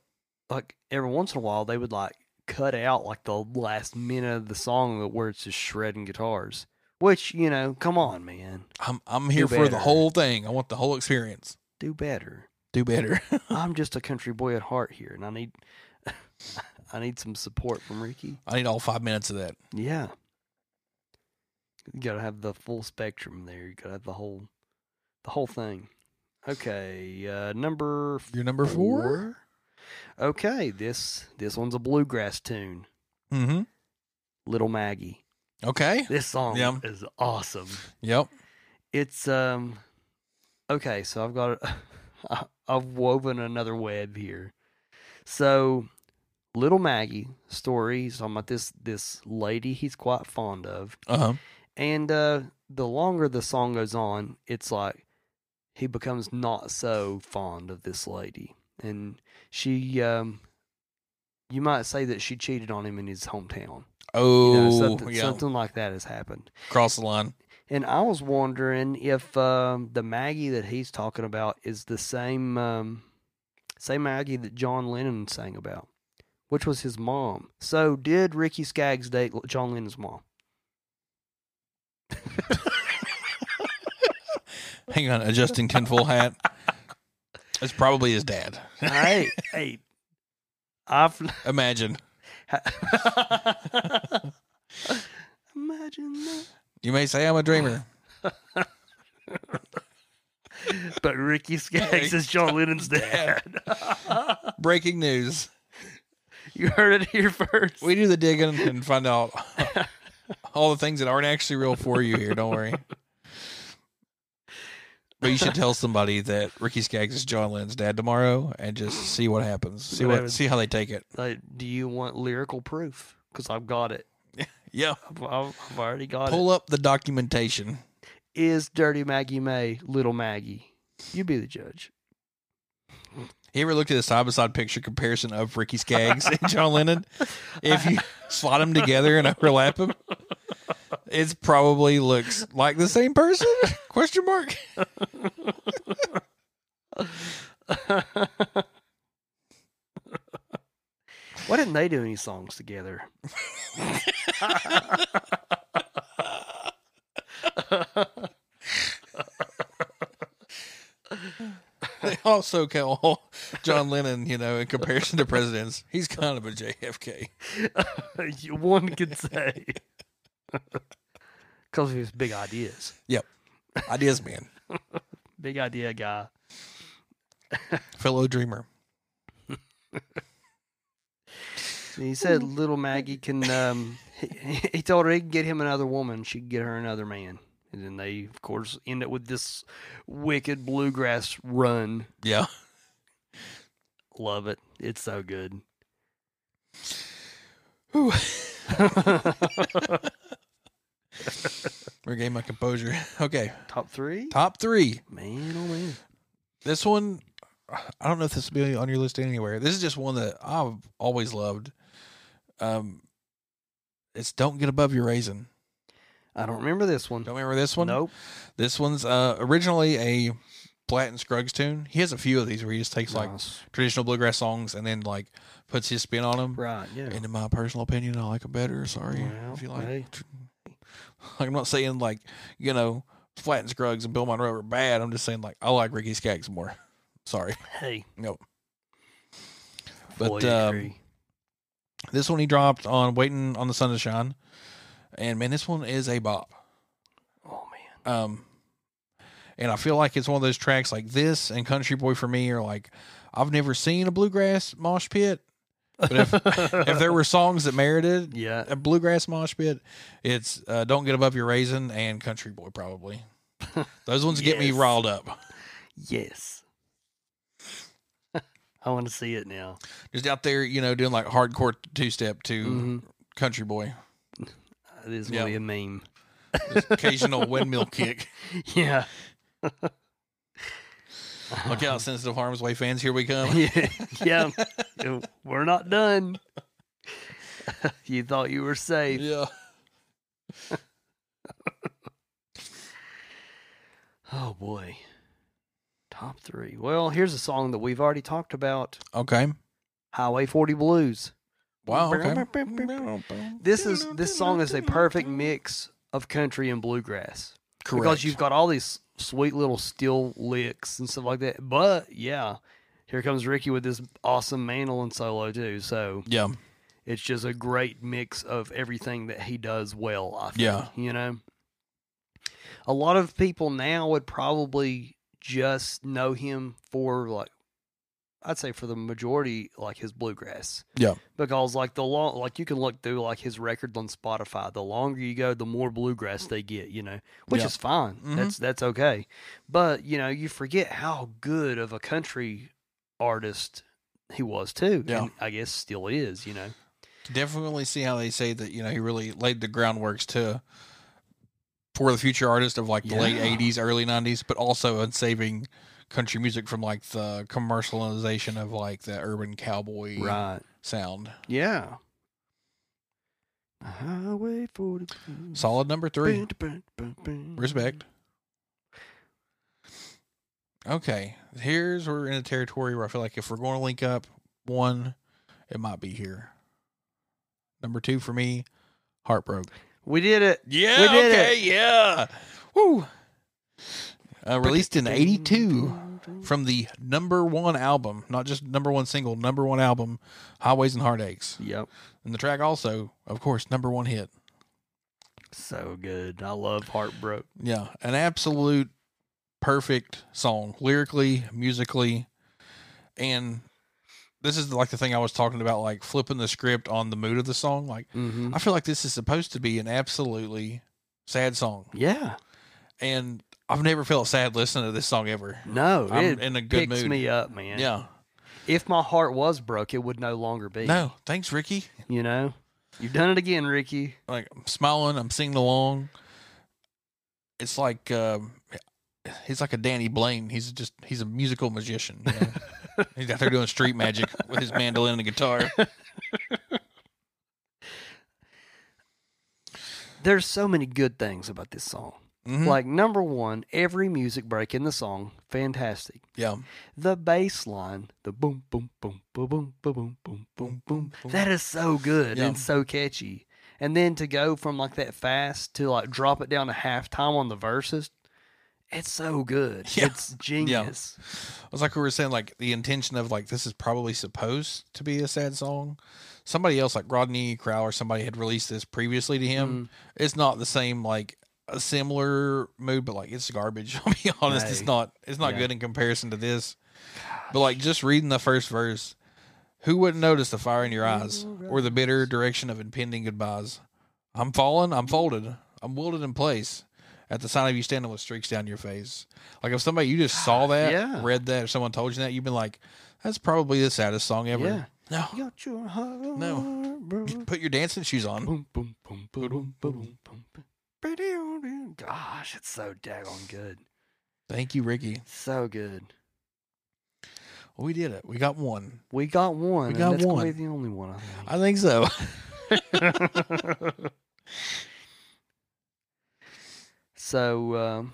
[SPEAKER 2] like, every once in a while, they would, like, cut out, like, the last minute of the song where it's just shredding guitars. Which, you know, come on, man.
[SPEAKER 3] I'm I'm here for
[SPEAKER 2] better.
[SPEAKER 3] the whole thing. I want the whole experience.
[SPEAKER 2] Do better.
[SPEAKER 3] Do better.
[SPEAKER 2] I'm just a country boy at heart here, and I need. I need some support from Ricky.
[SPEAKER 3] I need all five minutes of that.
[SPEAKER 2] Yeah. You gotta have the full spectrum there. You gotta have the whole the whole thing. Okay, uh number f-
[SPEAKER 3] Your number four?
[SPEAKER 2] Okay, this this one's a bluegrass tune.
[SPEAKER 3] Mm-hmm.
[SPEAKER 2] Little Maggie.
[SPEAKER 3] Okay.
[SPEAKER 2] This song
[SPEAKER 3] Yeah.
[SPEAKER 2] is awesome.
[SPEAKER 3] Yep.
[SPEAKER 2] It's um okay, so I've got I, I've woven another web here. So Little Maggie story is talking about this this lady he's quite fond of.
[SPEAKER 3] Uh-huh.
[SPEAKER 2] And uh, the longer the song goes on, it's like he becomes not so fond of this lady. And she um, you might say that she cheated on him in his hometown. You
[SPEAKER 3] Oh,
[SPEAKER 2] know, something,
[SPEAKER 3] yeah.
[SPEAKER 2] something like that has happened.
[SPEAKER 3] Cross the line.
[SPEAKER 2] And I was wondering if um, the Maggie that he's talking about is the same um, same Maggie that John Lennon sang about, which was his mom. So did Ricky Skaggs date L- John Lennon's mom?
[SPEAKER 3] Hang on, adjusting tinfoil hat. That's probably his dad.
[SPEAKER 2] hey, hey, I've
[SPEAKER 3] Imagine.
[SPEAKER 2] imagine that.
[SPEAKER 3] You may say I'm a dreamer.
[SPEAKER 2] But Ricky Skaggs is John Lennon's dad.
[SPEAKER 3] Breaking news.
[SPEAKER 2] you heard it here first.
[SPEAKER 3] We do the digging and find out all the things that aren't actually real for you here. Don't worry. But you should tell somebody that Ricky Skaggs is John Lennon's dad tomorrow, and just see what happens. See what,
[SPEAKER 2] Whatever.
[SPEAKER 3] see how they take it.
[SPEAKER 2] like, do you want lyrical proof? Because I've got it.
[SPEAKER 3] Yeah,
[SPEAKER 2] I've, I've, I've already got
[SPEAKER 3] pull up the documentation.
[SPEAKER 2] it. Is Dirty Maggie May Little Maggie? You be the judge.
[SPEAKER 3] You ever looked at a side by side picture comparison of Ricky Skaggs and John Lennon? If you slot them together and overlap them, it probably looks like the same person? Question mark.
[SPEAKER 2] Why didn't they do any songs together?
[SPEAKER 3] They also call John Lennon, you know, in comparison to presidents, he's kind of a JFK.
[SPEAKER 2] One could say. Because of his big ideas.
[SPEAKER 3] Ideas man,
[SPEAKER 2] Big idea guy.
[SPEAKER 3] fellow dreamer.
[SPEAKER 2] And he said little Maggie can. Um, he, he told her he could get him another woman. She could get her another man. And then they, of course, end up with this wicked bluegrass run.
[SPEAKER 3] Yeah.
[SPEAKER 2] Love it. It's so good.
[SPEAKER 3] Whew. Regain my composure. Okay.
[SPEAKER 2] Top three.
[SPEAKER 3] Top three.
[SPEAKER 2] Man, oh man.
[SPEAKER 3] This one, I don't know if this will be on your list anywhere. This is just one that I've always loved. Um, it's "Don't Get Above Your Raisin."
[SPEAKER 2] I don't remember this one.
[SPEAKER 3] Don't remember this one?
[SPEAKER 2] Nope.
[SPEAKER 3] This one's uh, originally a Platt and Scruggs tune. He has a few of these where he just takes like
[SPEAKER 2] Nice.
[SPEAKER 3] traditional bluegrass songs and then like puts his spin on them.
[SPEAKER 2] right. Yeah.
[SPEAKER 3] And in my personal opinion, I like it better. Sorry
[SPEAKER 2] Well,
[SPEAKER 3] if you like.
[SPEAKER 2] hey.
[SPEAKER 3] Like I'm not saying like you know Platt and Scruggs and Bill Monroe are bad. I'm just saying like I like Ricky Skaggs more. Sorry.
[SPEAKER 2] hey.
[SPEAKER 3] Nope.
[SPEAKER 2] fully
[SPEAKER 3] But um,
[SPEAKER 2] agree.
[SPEAKER 3] this one he dropped on Waiting on the Sun to Shine, and man, this one is a bop.
[SPEAKER 2] oh man.
[SPEAKER 3] Um, and I feel like it's one of those tracks like this and Country Boy for me are like I've never seen a bluegrass mosh pit, but if if there were songs that merited
[SPEAKER 2] yeah.
[SPEAKER 3] a bluegrass mosh pit, it's uh, Don't Get Above Your Raisin and Country Boy probably. Those ones get me
[SPEAKER 2] Yes.
[SPEAKER 3] riled up.
[SPEAKER 2] Yes. I want to see it now.
[SPEAKER 3] Just out there, you know, doing like hardcore two step to
[SPEAKER 2] Mhm.
[SPEAKER 3] Country Boy,
[SPEAKER 2] Uh, This is
[SPEAKER 3] Yeah.
[SPEAKER 2] really a meme.
[SPEAKER 3] Just occasional windmill kick.
[SPEAKER 2] Yeah.
[SPEAKER 3] Look out, sensitive harm's way fans, here we come.
[SPEAKER 2] yeah, yeah. Uh, We're not done. you thought you were safe.
[SPEAKER 3] Yeah.
[SPEAKER 2] Oh boy. Top three. Well, here's a song that we've already talked about.
[SPEAKER 3] Okay.
[SPEAKER 2] Highway 40 Blues.
[SPEAKER 3] Wow. Okay.
[SPEAKER 2] This is this song is a perfect mix of country and bluegrass. Because you've got all these sweet little steel licks and stuff like that. But yeah, here comes Ricky with this awesome mandolin solo too. So
[SPEAKER 3] yeah.
[SPEAKER 2] it's just a great mix of everything that he does well. I think,
[SPEAKER 3] Yeah.
[SPEAKER 2] you know, a lot of people now would probably just know him for like, I'd say for the majority, like his bluegrass.
[SPEAKER 3] Yeah.
[SPEAKER 2] Because like the long, like you can look through like his records on Spotify. The longer you go, the more bluegrass they get. You know, which
[SPEAKER 3] Yeah.
[SPEAKER 2] is fine.
[SPEAKER 3] Mhm.
[SPEAKER 2] That's that's okay. But you know, you forget how good of a country artist he was too.
[SPEAKER 3] Yeah.
[SPEAKER 2] And I guess still is. You know.
[SPEAKER 3] Definitely see how they say that you know he really laid the groundworks to for the future artist of like the late
[SPEAKER 2] Yeah.
[SPEAKER 3] '80s, early '90s, but also in saving country music from like the commercialization of like the urban cowboy
[SPEAKER 2] Right.
[SPEAKER 3] sound.
[SPEAKER 2] Yeah. Highway 40.
[SPEAKER 3] Solid number three. Respect. Okay, here's where we're in a territory where I feel like if we're going to link up one, it might be here. Number two for me, heartbroke.
[SPEAKER 2] We did it.
[SPEAKER 3] Yeah.
[SPEAKER 2] We did
[SPEAKER 3] okay. Yeah. Woo. Uh, released in '82 from the number one album, not just number one single, number one album, Highways and Heartaches,
[SPEAKER 2] Yep.
[SPEAKER 3] and the track also, of course, number one hit.
[SPEAKER 2] So good. I love Heartbroke.
[SPEAKER 3] Yeah, an absolute perfect song lyrically, musically, and this is like the thing I was talking about, like flipping the script on the mood of the song. Like
[SPEAKER 2] Mm-hmm.
[SPEAKER 3] I feel like this is supposed to be an absolutely sad song,
[SPEAKER 2] Yeah.
[SPEAKER 3] and I've never felt sad listening to this song ever.
[SPEAKER 2] No,
[SPEAKER 3] I'm
[SPEAKER 2] it
[SPEAKER 3] in a good
[SPEAKER 2] picks
[SPEAKER 3] mood.
[SPEAKER 2] me up, man.
[SPEAKER 3] Yeah.
[SPEAKER 2] If my heart was broke, it would no longer be.
[SPEAKER 3] No, thanks, Ricky.
[SPEAKER 2] You know? You've done it again, Ricky.
[SPEAKER 3] like I'm smiling, I'm singing along. It's like um, he's like a Danny Blaine. He's just he's a musical magician. you know? he's out there doing street magic with his mandolin and guitar.
[SPEAKER 2] There's so many good things about this song.
[SPEAKER 3] Mhm.
[SPEAKER 2] Like number one, every music break in the song, fantastic.
[SPEAKER 3] yeah,
[SPEAKER 2] The bass line, the boom boom boom boom boom boom boom boom boom boom.
[SPEAKER 3] boom.
[SPEAKER 2] That is so good
[SPEAKER 3] Yeah.
[SPEAKER 2] and so catchy. And then to go from like that fast to like drop it down to halftime on the verses, it's so good.
[SPEAKER 3] Yeah.
[SPEAKER 2] It's genius.
[SPEAKER 3] it's like we were saying, like the intention of like this is probably supposed to be a sad song. Somebody else, like Rodney Crowell or somebody, had released this previously to him. It's not the same, like a similar mood, but like it's garbage. I'll be honest, it's
[SPEAKER 2] No.
[SPEAKER 3] not it's not
[SPEAKER 2] Yeah.
[SPEAKER 3] good in comparison to this. But like just reading the first verse, who wouldn't notice the fire in your eyes or the bitter direction of impending goodbyes? I'm falling, I'm folded, I'm wilted in place. At the sign of you standing with streaks down your face. Like if somebody you just saw that,
[SPEAKER 2] Ah, Yeah.
[SPEAKER 3] read that, or someone told you that, you'd been like, That's probably the saddest song ever.
[SPEAKER 2] Yeah.
[SPEAKER 3] No.
[SPEAKER 2] You got your heart broke.
[SPEAKER 3] Put your dancing shoes on.
[SPEAKER 2] Boom, boom, boom, boom, boom, boom, boom, boom. Gosh, it's so daggone good.
[SPEAKER 3] Thank you, Ricky.
[SPEAKER 2] So good.
[SPEAKER 3] We did it. We got one.
[SPEAKER 2] We got one. and
[SPEAKER 3] got
[SPEAKER 2] that's gonna
[SPEAKER 3] one.
[SPEAKER 2] be the only one, I think.
[SPEAKER 3] I think so.
[SPEAKER 2] so um,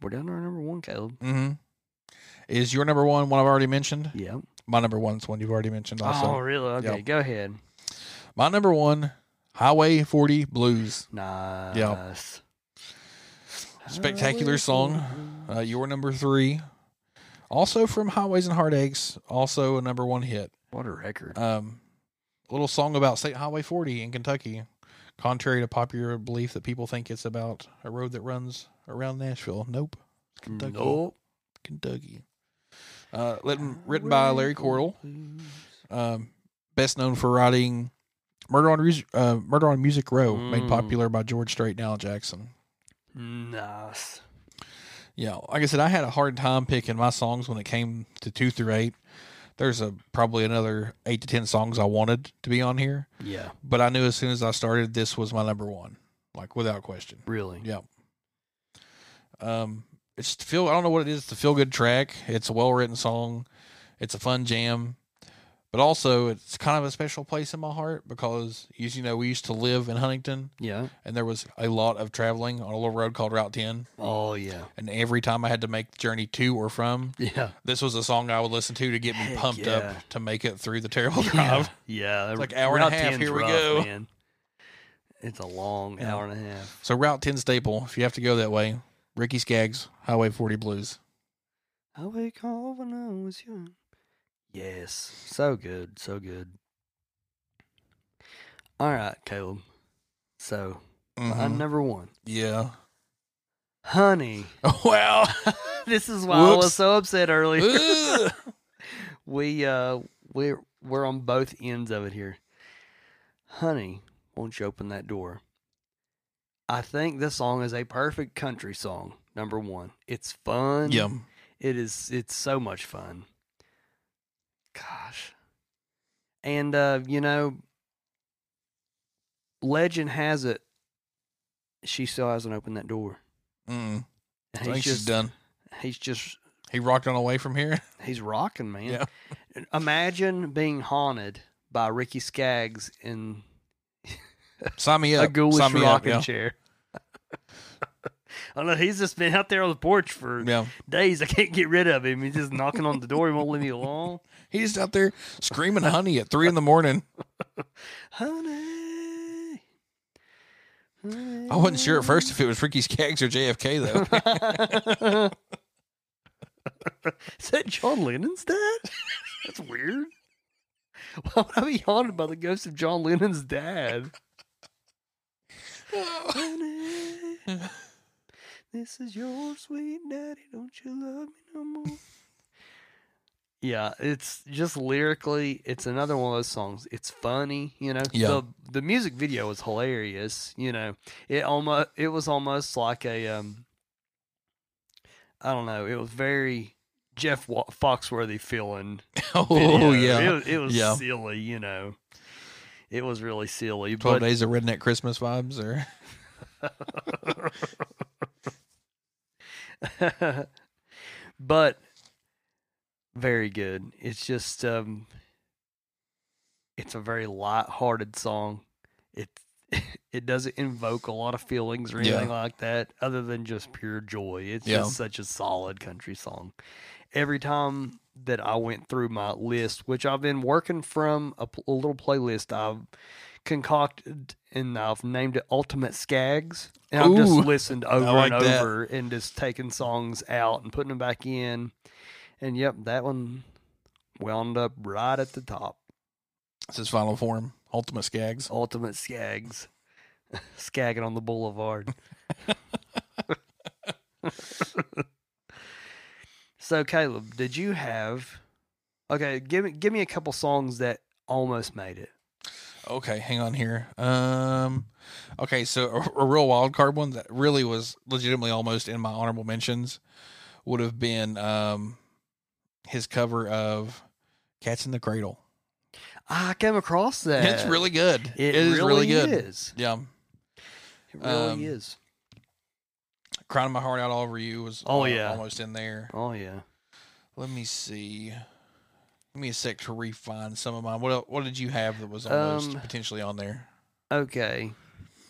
[SPEAKER 2] we're down to our number one, Caleb.
[SPEAKER 3] hmm Is your number one one I've already mentioned?
[SPEAKER 2] Yeah.
[SPEAKER 3] My number one's one you've already mentioned
[SPEAKER 2] Oh,
[SPEAKER 3] also.
[SPEAKER 2] really? Okay,
[SPEAKER 3] Yep.
[SPEAKER 2] go ahead.
[SPEAKER 3] My number one, Highway 40 Blues.
[SPEAKER 2] Nice.
[SPEAKER 3] Spectacular song. Uh, your number three, also from Highways and Heartaches, also a number one hit.
[SPEAKER 2] What a record.
[SPEAKER 3] Um, little song about State Highway 40 in Kentucky. Contrary to popular belief that people think it's about a road that runs around Nashville. Nope. It's Kentucky.
[SPEAKER 2] Nope.
[SPEAKER 3] Kentucky. Uh, written, written by Larry Cordell. um, best known for writing "Murder on Mus- uh, Murder on Music Row," made
[SPEAKER 2] Mm.
[SPEAKER 3] popular by George Strait and Al Jackson.
[SPEAKER 2] Nice.
[SPEAKER 3] Yeah, like I said, I had a hard time picking my songs when it came to two through eight. There's a probably another eight to ten songs I wanted to be on here,
[SPEAKER 2] Yeah.
[SPEAKER 3] but I knew as soon as I started, this was my number one, like without question.
[SPEAKER 2] Really.
[SPEAKER 3] Yeah. Um, it's to feel. I don't know what it is. It's a feel good track. It's a well written song. It's a fun jam, but also it's kind of a special place in my heart because as you know we used to live in Huntington,
[SPEAKER 2] Yeah.
[SPEAKER 3] and there was a lot of traveling on a little road called Route Ten.
[SPEAKER 2] Oh yeah.
[SPEAKER 3] And every time I had to make the journey to or from,
[SPEAKER 2] Yeah.
[SPEAKER 3] this was a song I would listen to to get me
[SPEAKER 2] Heck
[SPEAKER 3] pumped
[SPEAKER 2] yeah.
[SPEAKER 3] up to make it through the terrible drive.
[SPEAKER 2] Yeah.
[SPEAKER 3] like hour and a
[SPEAKER 2] Route
[SPEAKER 3] half,
[SPEAKER 2] 10's
[SPEAKER 3] here we go.
[SPEAKER 2] Man. It's a long
[SPEAKER 3] Yeah.
[SPEAKER 2] hour and a half.
[SPEAKER 3] So Route Ten staple. If you have to go that way, Ricky Skaggs, Highway 40 Blues.
[SPEAKER 2] I wake up when I was young. Yes. So good. So good. All right, Caleb. So, my
[SPEAKER 3] Mhm.
[SPEAKER 2] number one.
[SPEAKER 3] yeah.
[SPEAKER 2] Honey.
[SPEAKER 3] Well.
[SPEAKER 2] This is why I was
[SPEAKER 3] Whoops.
[SPEAKER 2] so upset earlier.
[SPEAKER 3] Ugh.
[SPEAKER 2] we uh we're we're on both ends of it here. Honey, won't you open that door? I think this song is a perfect country song. Number one, it's fun.
[SPEAKER 3] yeah.
[SPEAKER 2] it is. It's so much fun. Gosh, and uh, you know, legend has it she still hasn't opened that door.
[SPEAKER 3] Mm. I
[SPEAKER 2] And
[SPEAKER 3] think
[SPEAKER 2] he's
[SPEAKER 3] she's
[SPEAKER 2] just
[SPEAKER 3] done.
[SPEAKER 2] he's just
[SPEAKER 3] He rocked on away from here.
[SPEAKER 2] He's rocking, man.
[SPEAKER 3] Yeah.
[SPEAKER 2] Imagine being haunted by Ricky Skaggs in
[SPEAKER 3] Sign me
[SPEAKER 2] a
[SPEAKER 3] up.
[SPEAKER 2] ghoulish
[SPEAKER 3] Sign me up.
[SPEAKER 2] rocking
[SPEAKER 3] Yeah.
[SPEAKER 2] chair. I know he's just been out there on the porch for
[SPEAKER 3] yeah.
[SPEAKER 2] days. I can't get rid of him. He's just knocking on the door. He won't leave me alone.
[SPEAKER 3] He's out there screaming honey at three in the morning.
[SPEAKER 2] Honey.
[SPEAKER 3] I wasn't sure at first if it was Ricky Skaggs or JFK though.
[SPEAKER 2] first. Is that John Lennon's dad? That's weird. Why would I be haunted by the ghost of John Lennon's dad? Honey, this is your sweet daddy. Don't you love me no more? yeah, it's just lyrically, it's another one of those songs. It's funny, you know.
[SPEAKER 3] Yeah.
[SPEAKER 2] The the music video was hilarious, you know. It almost it was almost like a um I don't know, it was very Jeff Wa- Foxworthy feeling.
[SPEAKER 3] oh
[SPEAKER 2] video.
[SPEAKER 3] yeah.
[SPEAKER 2] It, was- it was
[SPEAKER 3] Yeah.
[SPEAKER 2] silly, you know. It was really silly,
[SPEAKER 3] Twelve
[SPEAKER 2] but
[SPEAKER 3] days of redneck Christmas vibes or
[SPEAKER 2] but very good. It's just um it's a very light-hearted song. It it doesn't invoke a lot of feelings or
[SPEAKER 3] Yeah.
[SPEAKER 2] anything like that other than just pure joy. It's
[SPEAKER 3] Yeah.
[SPEAKER 2] just such a solid country song. Every time that I went through my list, which I've been working from a, pl- a little playlist I've concocted and I've named it Ultimate Skags. And I've
[SPEAKER 3] Ooh.
[SPEAKER 2] just listened over
[SPEAKER 3] like
[SPEAKER 2] and
[SPEAKER 3] that.
[SPEAKER 2] over and just taking songs out and putting them back in. And yep, that one wound up right at the top.
[SPEAKER 3] it's his final form, Ultimate Skaggs.
[SPEAKER 2] Ultimate Skags. Skagging on the boulevard. so Caleb, did you have Okay, give me give me a couple songs that almost made it.
[SPEAKER 3] Okay, hang on here. Um, okay, so a, a real wild card one that really was legitimately almost in my honorable mentions would have been um his cover of "Cats in the Cradle."
[SPEAKER 2] I came across that.
[SPEAKER 3] it's really good.
[SPEAKER 2] It,
[SPEAKER 3] is
[SPEAKER 2] really,
[SPEAKER 3] really good.
[SPEAKER 2] is.
[SPEAKER 3] Yeah,
[SPEAKER 2] It really
[SPEAKER 3] Um,
[SPEAKER 2] is.
[SPEAKER 3] "Crying My Heart Out All Over You" was
[SPEAKER 2] Oh,
[SPEAKER 3] al-
[SPEAKER 2] yeah.
[SPEAKER 3] almost in there.
[SPEAKER 2] Oh yeah.
[SPEAKER 3] Let me see. Give me a sec to refine some of mine. What el- what did you have that was almost
[SPEAKER 2] Um,
[SPEAKER 3] potentially on there?
[SPEAKER 2] Okay.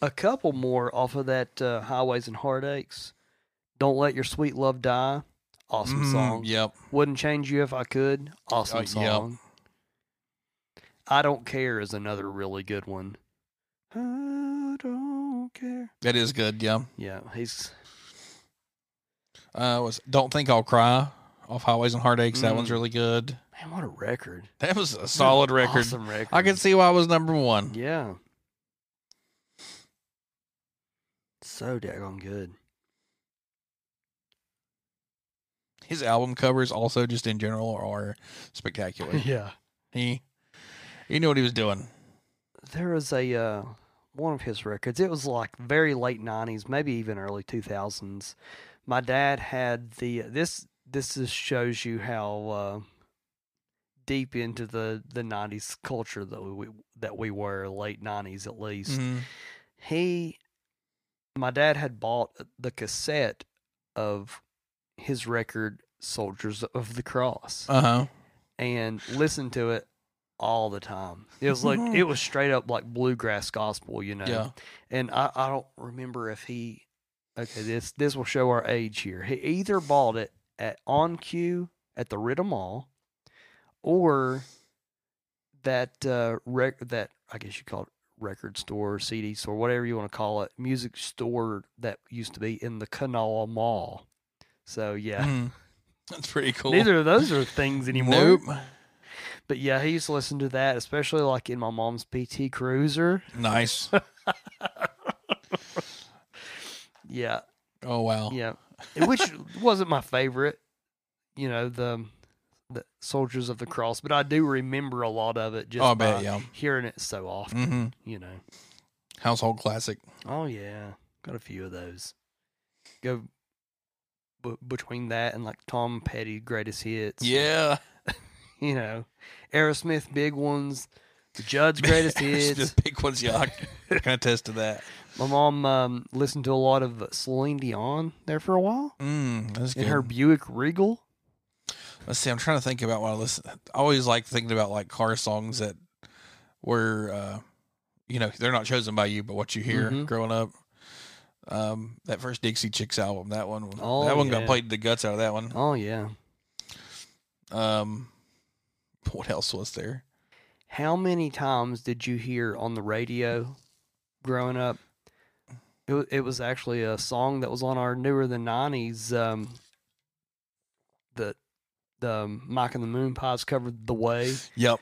[SPEAKER 2] A couple more off of that uh, highways and heartaches. Don't let your sweet love die. Awesome
[SPEAKER 3] Mm,
[SPEAKER 2] song.
[SPEAKER 3] Yep.
[SPEAKER 2] Wouldn't change you if I could. Awesome
[SPEAKER 3] yep.
[SPEAKER 2] song. I don't care is another really good one. I don't care.
[SPEAKER 3] That is good. Yeah.
[SPEAKER 2] Yeah, he's
[SPEAKER 3] Uh, was "Don't Think I'll Cry" off "Highways and Heartaches." That one's
[SPEAKER 2] Mm.
[SPEAKER 3] really good.
[SPEAKER 2] man, what a record.
[SPEAKER 3] That was a solid record.
[SPEAKER 2] Awesome record.
[SPEAKER 3] I can see why it was number one.
[SPEAKER 2] Yeah. So daggone good.
[SPEAKER 3] His album covers, also just in general, are spectacular.
[SPEAKER 2] Yeah.
[SPEAKER 3] he he knew what he was doing.
[SPEAKER 2] There was a uh, one of his records. It was like very late nineties, maybe even early two thousands. My dad had the this. This just shows you how uh, deep into the the nineties culture that we that we were late nineties at least.
[SPEAKER 3] Mhm.
[SPEAKER 2] he my dad had bought the cassette of his record soldiers of the cross
[SPEAKER 3] Uh huh.
[SPEAKER 2] and listened to it all the time it was like it was straight up like bluegrass gospel you know
[SPEAKER 3] Yeah.
[SPEAKER 2] and I, I don't remember if he okay this this will show our age here he either bought it at on cue at the Ritter Mall or that uh rec- that I guess you call it record store CD store whatever you want to call it music store that used to be in the Kanawha Mall so yeah
[SPEAKER 3] Mhm. That's pretty cool.
[SPEAKER 2] neither of those are things anymore
[SPEAKER 3] Nope.
[SPEAKER 2] but yeah he used to listen to that especially like in my mom's PT Cruiser
[SPEAKER 3] Nice.
[SPEAKER 2] yeah
[SPEAKER 3] Oh wow.
[SPEAKER 2] Yeah, which wasn't my favorite. You know the the Soldiers of the Cross, but I do remember a lot of it just
[SPEAKER 3] Oh, I
[SPEAKER 2] by
[SPEAKER 3] bet, yeah.
[SPEAKER 2] hearing it so often.
[SPEAKER 3] hmm
[SPEAKER 2] You know.
[SPEAKER 3] Household classic.
[SPEAKER 2] Oh yeah, got a few of those. Go b- between that and like Tom Petty greatest hits.
[SPEAKER 3] Yeah.
[SPEAKER 2] you know, Aerosmith big ones, the Judd's greatest
[SPEAKER 3] It's
[SPEAKER 2] hits.
[SPEAKER 3] just big ones. Yeah, I can I can attest to that.
[SPEAKER 2] My mom um, listened to a lot of Celine Dion there for a while
[SPEAKER 3] Mm, that's
[SPEAKER 2] in
[SPEAKER 3] good.
[SPEAKER 2] her Buick Regal.
[SPEAKER 3] Let's see. I'm trying to think about what I listen. I always like thinking about like car songs that where uh, you know they're not chosen by you, but what you hear
[SPEAKER 2] Mhm.
[SPEAKER 3] growing up. Um, that first Dixie Chicks album, that one,
[SPEAKER 2] Oh,
[SPEAKER 3] that one got
[SPEAKER 2] yeah.
[SPEAKER 3] played the guts out of that one.
[SPEAKER 2] Oh yeah.
[SPEAKER 3] Um, what else was there?
[SPEAKER 2] How many times did you hear on the radio growing up? It, wa- it was actually a song that was on our newer than nineties. Um, the the um, Mike and the Moon Pies covered "The Way."
[SPEAKER 3] Yep.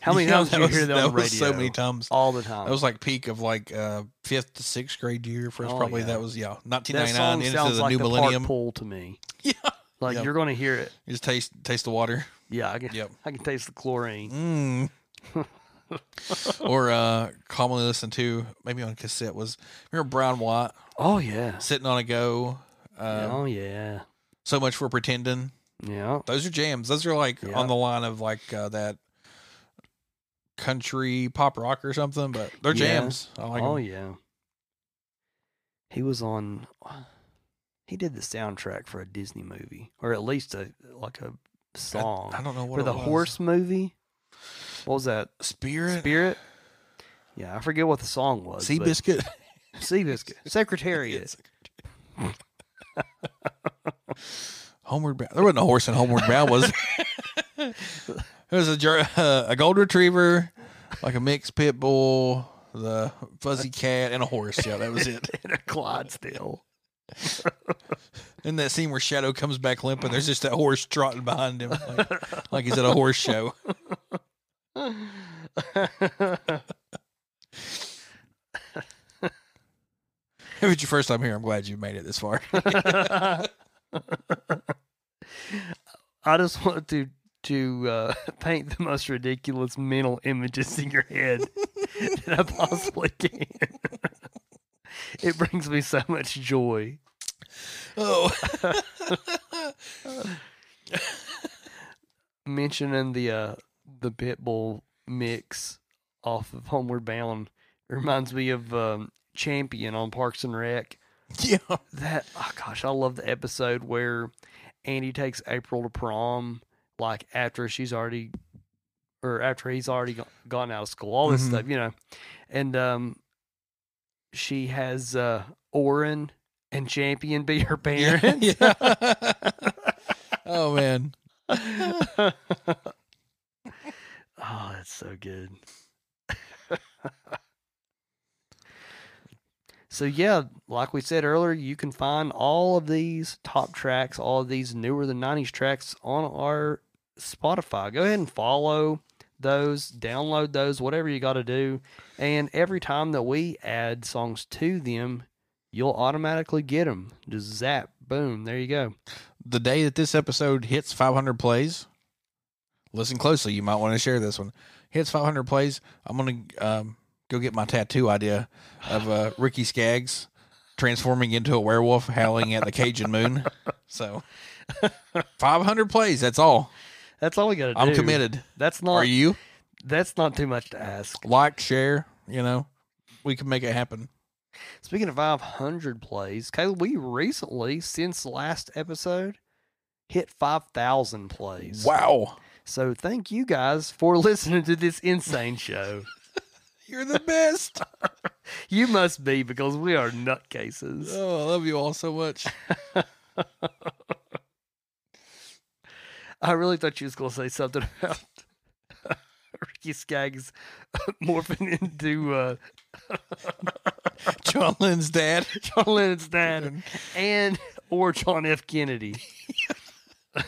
[SPEAKER 2] How many
[SPEAKER 3] Yeah,
[SPEAKER 2] times did you hear that, on the
[SPEAKER 3] was
[SPEAKER 2] radio?
[SPEAKER 3] so many times.
[SPEAKER 2] All the time.
[SPEAKER 3] That was like peak of like uh fifth to sixth grade year for us.
[SPEAKER 2] Oh,
[SPEAKER 3] probably
[SPEAKER 2] yeah.
[SPEAKER 3] that was yeah, nineteen
[SPEAKER 2] that
[SPEAKER 3] ninety
[SPEAKER 2] song
[SPEAKER 3] nine into
[SPEAKER 2] sounds
[SPEAKER 3] the
[SPEAKER 2] like
[SPEAKER 3] new
[SPEAKER 2] the
[SPEAKER 3] millennium.
[SPEAKER 2] park pool to me.
[SPEAKER 3] Yeah.
[SPEAKER 2] Like
[SPEAKER 3] Yep.
[SPEAKER 2] you're going to hear it.
[SPEAKER 3] You just taste taste the water.
[SPEAKER 2] Yeah, I can,
[SPEAKER 3] Yep.
[SPEAKER 2] I can taste the chlorine.
[SPEAKER 3] Mm. or uh commonly listened to maybe on cassette was remember Brown Watt
[SPEAKER 2] Oh yeah.
[SPEAKER 3] sitting on a go. Um,
[SPEAKER 2] oh yeah.
[SPEAKER 3] So much for pretending.
[SPEAKER 2] Yeah.
[SPEAKER 3] Those are jams. Those are like
[SPEAKER 2] Yeah.
[SPEAKER 3] on the line of like uh, that country pop rock or something, but they're
[SPEAKER 2] Yeah.
[SPEAKER 3] jams. I like 'em.
[SPEAKER 2] oh yeah. He was on. He did the soundtrack for a Disney movie, or at least a like a
[SPEAKER 3] I-
[SPEAKER 2] song
[SPEAKER 3] I, don't know what
[SPEAKER 2] for
[SPEAKER 3] it
[SPEAKER 2] the
[SPEAKER 3] was.
[SPEAKER 2] horse movie. What was that?
[SPEAKER 3] spirit.
[SPEAKER 2] Spirit. Yeah, I forget what the song was.
[SPEAKER 3] Sea biscuit.
[SPEAKER 2] Seabiscuit. Secretariat.
[SPEAKER 3] Homeward bound. There wasn't a horse in Homeward bound, was there? there was a ger- uh, a gold retriever, like a mixed pit bull, the fuzzy cat, and a horse. Yeah, that was it.
[SPEAKER 2] in a Clydesdale.
[SPEAKER 3] And that scene where Shadow comes back limping, there's just that horse trotting behind him, like, like he's at a horse show. If it's your first time here, I'm glad you made it this far.
[SPEAKER 2] I just want to to uh, paint the most ridiculous mental images in your head that I possibly can. it brings me so much joy.
[SPEAKER 3] Oh,
[SPEAKER 2] Mentioning the uh, the Pitbull mix off of Homeward Bound reminds me of um, Champion on Parks and Rec.
[SPEAKER 3] yeah.
[SPEAKER 2] that oh gosh, I love the episode where Andy takes April to prom, like after she's already or after he's already go- gone out of school, all this
[SPEAKER 3] Mhm.
[SPEAKER 2] stuff, you know. And um she has uh Oren and Champion be her
[SPEAKER 3] Yeah.
[SPEAKER 2] parents.
[SPEAKER 3] yeah. oh, man.
[SPEAKER 2] oh,
[SPEAKER 3] Oh,
[SPEAKER 2] that's so good. so yeah, like we said earlier, you can find all of these top tracks, all of these newer than '90s tracks on our Spotify. Go ahead and follow those, download those, whatever you got to do. And every time that we add songs to them, you'll automatically get them. Just zap, boom, there you go.
[SPEAKER 3] the day that this episode hits 500 plays, listen closely. You might want to share this one. Hits 500 plays. I'm gonna um, go get my tattoo idea of uh, Ricky Skaggs transforming into a werewolf, howling at the Cajun moon. So 500 plays. That's all.
[SPEAKER 2] That's all we got to do.
[SPEAKER 3] I'm committed.
[SPEAKER 2] That's not
[SPEAKER 3] Are you?
[SPEAKER 2] That's not too much to ask.
[SPEAKER 3] Like, share. You know, we can make it happen.
[SPEAKER 2] Speaking of 500 plays, Caleb, we recently, since last episode, hit 5,000 plays.
[SPEAKER 3] Wow,
[SPEAKER 2] So thank you guys for listening to this insane show.
[SPEAKER 3] you're the best.
[SPEAKER 2] you must be because we are nutcases.
[SPEAKER 3] oh, I love you all so much.
[SPEAKER 2] I really thought you was going to say something about Ricky Skaggs morphing into uh,
[SPEAKER 3] John Lynn's dad.
[SPEAKER 2] John Lennon's dad and or John F. Kennedy.
[SPEAKER 3] Well,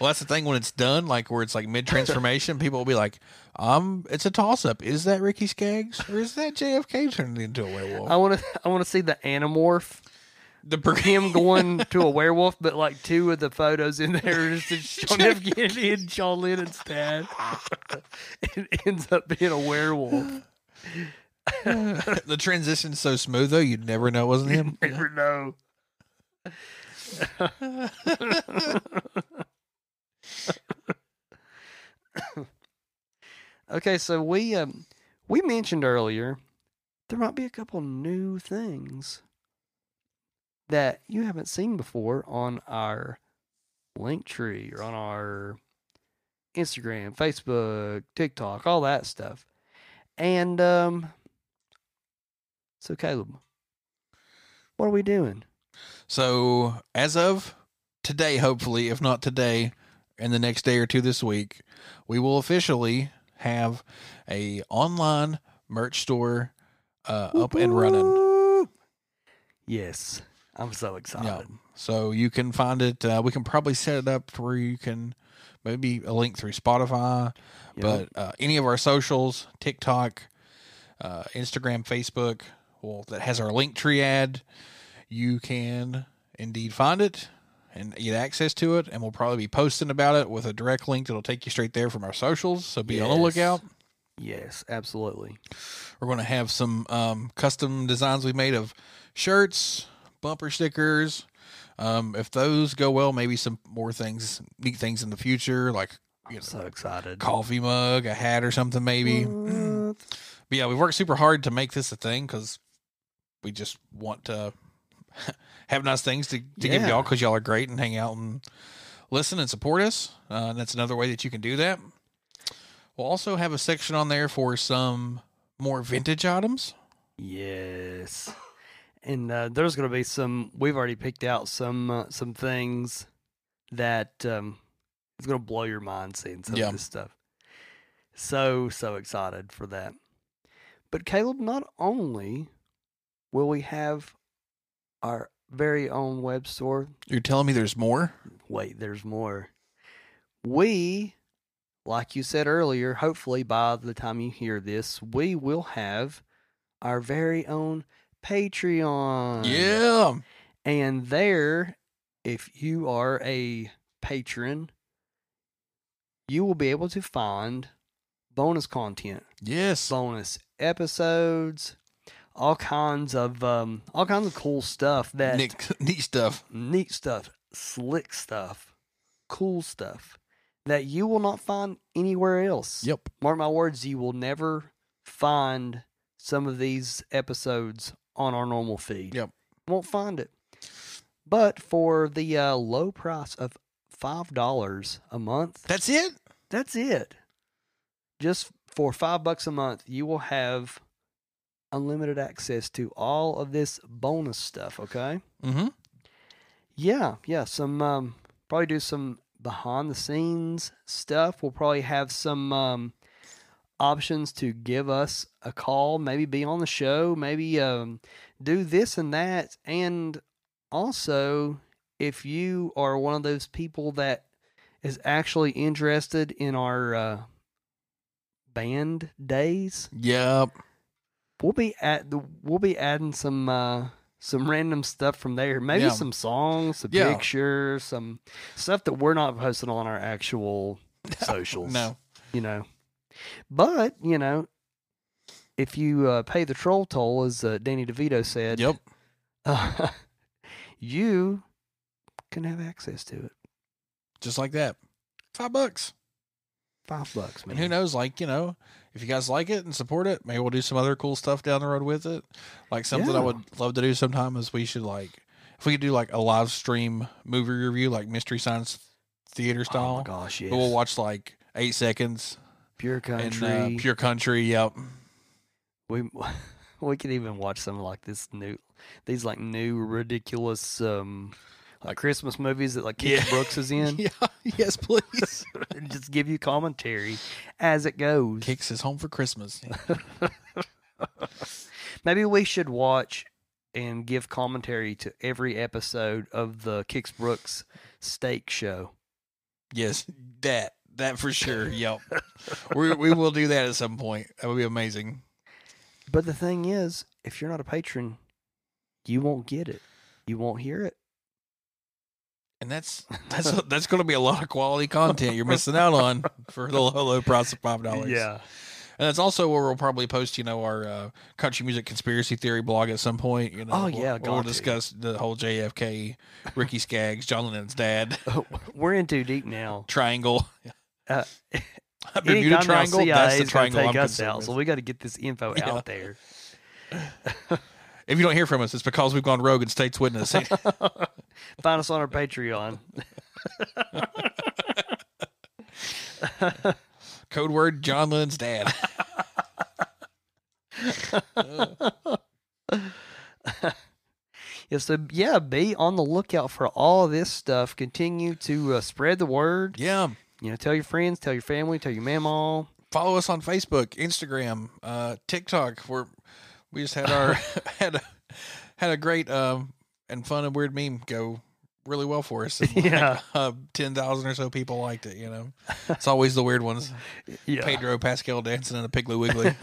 [SPEAKER 3] that's the thing when it's done, like where it's like mid transformation, people will be like, "Um, it's a toss up. Is that Ricky Skaggs or is that JFK turned into a werewolf?"
[SPEAKER 2] I want to I want to see the anamorph.
[SPEAKER 3] the per-
[SPEAKER 2] him going to a werewolf, but like two of the photos in there is just John F. Kennedy and John Lennon's dad. it ends up being a werewolf.
[SPEAKER 3] the transition's so smooth though, you'd never know it wasn't him.
[SPEAKER 2] Never know. okay, so we um, we mentioned earlier there might be a couple new things that you haven't seen before on our link tree or on our Instagram, Facebook, TikTok, all that stuff. And um, so, Caleb, what are we doing?
[SPEAKER 3] So as of today, hopefully, if not today, and the next day or two this week, we will officially have a online merch store uh, up and running.
[SPEAKER 2] Whoop. Yes, I'm so excited.
[SPEAKER 3] So you can find it. Uh, we can probably set it up to where you can maybe a link through Spotify,
[SPEAKER 2] Yep.
[SPEAKER 3] but uh, any of our socials, TikTok, uh, Instagram, Facebook, well, that has our link tree ad, you can indeed find it and get access to it. And we'll probably be posting about it with a direct link that'll take you straight there from our socials. So be on the
[SPEAKER 2] Yes.
[SPEAKER 3] lookout.
[SPEAKER 2] yes, absolutely.
[SPEAKER 3] We're going to have some um, custom designs we made of shirts, bumper stickers. Um, if those go well, maybe some more things, neat things in the future, like you
[SPEAKER 2] I'm
[SPEAKER 3] know,
[SPEAKER 2] so excited.
[SPEAKER 3] coffee mug, a hat, or something, maybe. but
[SPEAKER 2] What?
[SPEAKER 3] yeah, we worked super hard to make this a thing because we just want to have nice things to, to give
[SPEAKER 2] Yeah.
[SPEAKER 3] y'all because y'all are great and hang out and listen and support us. Uh, and that's another way that you can do that. We'll also have a section on there for some more vintage items.
[SPEAKER 2] Yes. And uh, there's going to be some. We've already picked out some uh, some things that um, it's going to blow your mind seeing some
[SPEAKER 3] Yeah.
[SPEAKER 2] of this stuff. So so excited for that. But Caleb, not only will we have our very own web store.
[SPEAKER 3] You're telling me there's more?
[SPEAKER 2] Wait, there's more. We, like you said earlier, hopefully by the time you hear this, we will have our very own Patreon.
[SPEAKER 3] Yeah.
[SPEAKER 2] And there, if you are a patron, you will be able to find bonus content,
[SPEAKER 3] Yes.
[SPEAKER 2] bonus episodes, all kinds of um, all kinds of cool stuff that
[SPEAKER 3] Nick, neat stuff.
[SPEAKER 2] neat stuff, slick stuff, cool stuff that you will not find anywhere else.
[SPEAKER 3] Yep.
[SPEAKER 2] Mark my words, you will never find some of these episodes on our normal feed.
[SPEAKER 3] Yep.
[SPEAKER 2] Won't find it. But for the uh, low price of $5 a month,
[SPEAKER 3] That's it?
[SPEAKER 2] that's it. Just for five bucks a month, you will have unlimited access to all of this bonus stuff, okay?
[SPEAKER 3] Mm-hmm.
[SPEAKER 2] Yeah, yeah. Some um, probably do some behind the scenes stuff. We'll probably have some um, options to give us a call, maybe be on the show, maybe um, do this and that. And also, if you are one of those people that is actually interested in our uh, band days,
[SPEAKER 3] Yep.
[SPEAKER 2] we'll be at the we'll be adding some uh some random stuff from there maybe
[SPEAKER 3] Yeah.
[SPEAKER 2] some songs some
[SPEAKER 3] Yeah.
[SPEAKER 2] pictures some stuff that we're not posting on our actual socials
[SPEAKER 3] No.
[SPEAKER 2] you know but you know if you uh, pay the troll toll as uh, danny devito said
[SPEAKER 3] Yep.
[SPEAKER 2] uh, you can have access to it
[SPEAKER 3] Just like that. Five bucks.
[SPEAKER 2] five bucks man
[SPEAKER 3] And who knows, like, you know, if you guys like it and support it, maybe we'll do some other cool stuff down the road with it. Like something I
[SPEAKER 2] Yeah.
[SPEAKER 3] would love to do sometime is we should like if we could do like a live stream movie review, like mystery science
[SPEAKER 2] oh
[SPEAKER 3] theater
[SPEAKER 2] my
[SPEAKER 3] style.
[SPEAKER 2] gosh
[SPEAKER 3] But
[SPEAKER 2] yes.
[SPEAKER 3] We'll watch like eight seconds
[SPEAKER 2] pure country
[SPEAKER 3] and uh, pure country. Yep.
[SPEAKER 2] we we could even watch some like this new these like new ridiculous um like,
[SPEAKER 3] Like-
[SPEAKER 2] Christmas movies that like Keith
[SPEAKER 3] Yeah.
[SPEAKER 2] Brooks is in
[SPEAKER 3] Yeah. Yes, please.
[SPEAKER 2] and just give you commentary as it goes.
[SPEAKER 3] Kicks is home for Christmas.
[SPEAKER 2] Maybe we should watch and give commentary to every episode of the Kix Brooks steak show.
[SPEAKER 3] Yes, that that for sure. Yep, we we will do that at some point. That would be amazing.
[SPEAKER 2] But the thing is, if you're not a patron, you won't get it. You won't hear it.
[SPEAKER 3] And that's that's that's going to be a lot of quality content you're missing out on for the low low price of five dollars. and that's also where we'll probably post you know our uh, country music conspiracy theory blog at some point. You know,
[SPEAKER 2] Oh,
[SPEAKER 3] we'll-
[SPEAKER 2] yeah,
[SPEAKER 3] we'll,
[SPEAKER 2] got to.
[SPEAKER 3] discuss the whole JFK, Ricky Skaggs, John Lennon's dad,
[SPEAKER 2] We're in too deep now.
[SPEAKER 3] triangle,
[SPEAKER 2] Uh,
[SPEAKER 3] Bermuda
[SPEAKER 2] Anytime now
[SPEAKER 3] Triangle.
[SPEAKER 2] CIA
[SPEAKER 3] That's the
[SPEAKER 2] is gonna
[SPEAKER 3] triangle I'm
[SPEAKER 2] Take us
[SPEAKER 3] concerned
[SPEAKER 2] out, so
[SPEAKER 3] with.
[SPEAKER 2] we got to get this info
[SPEAKER 3] Yeah.
[SPEAKER 2] out there.
[SPEAKER 3] If you don't hear from us, it's because we've gone rogue and states witness.
[SPEAKER 2] Find us on our Patreon.
[SPEAKER 3] Code word John Lennon's dad.
[SPEAKER 2] yeah, so yeah, be on the lookout for all this stuff. Continue to uh, spread the word.
[SPEAKER 3] yeah.
[SPEAKER 2] You know, tell your friends, tell your family, tell your mamaw.
[SPEAKER 3] Follow us on Facebook, Instagram, uh, TikTok. Where we just had our had a, had a great um, and fun and weird meme go really well for us. And, like,
[SPEAKER 2] Yeah.
[SPEAKER 3] uh, ten thousand or so people liked it. You know, it's always the weird ones.
[SPEAKER 2] Yeah,
[SPEAKER 3] Pedro Pascal dancing in a Piggly Wiggly.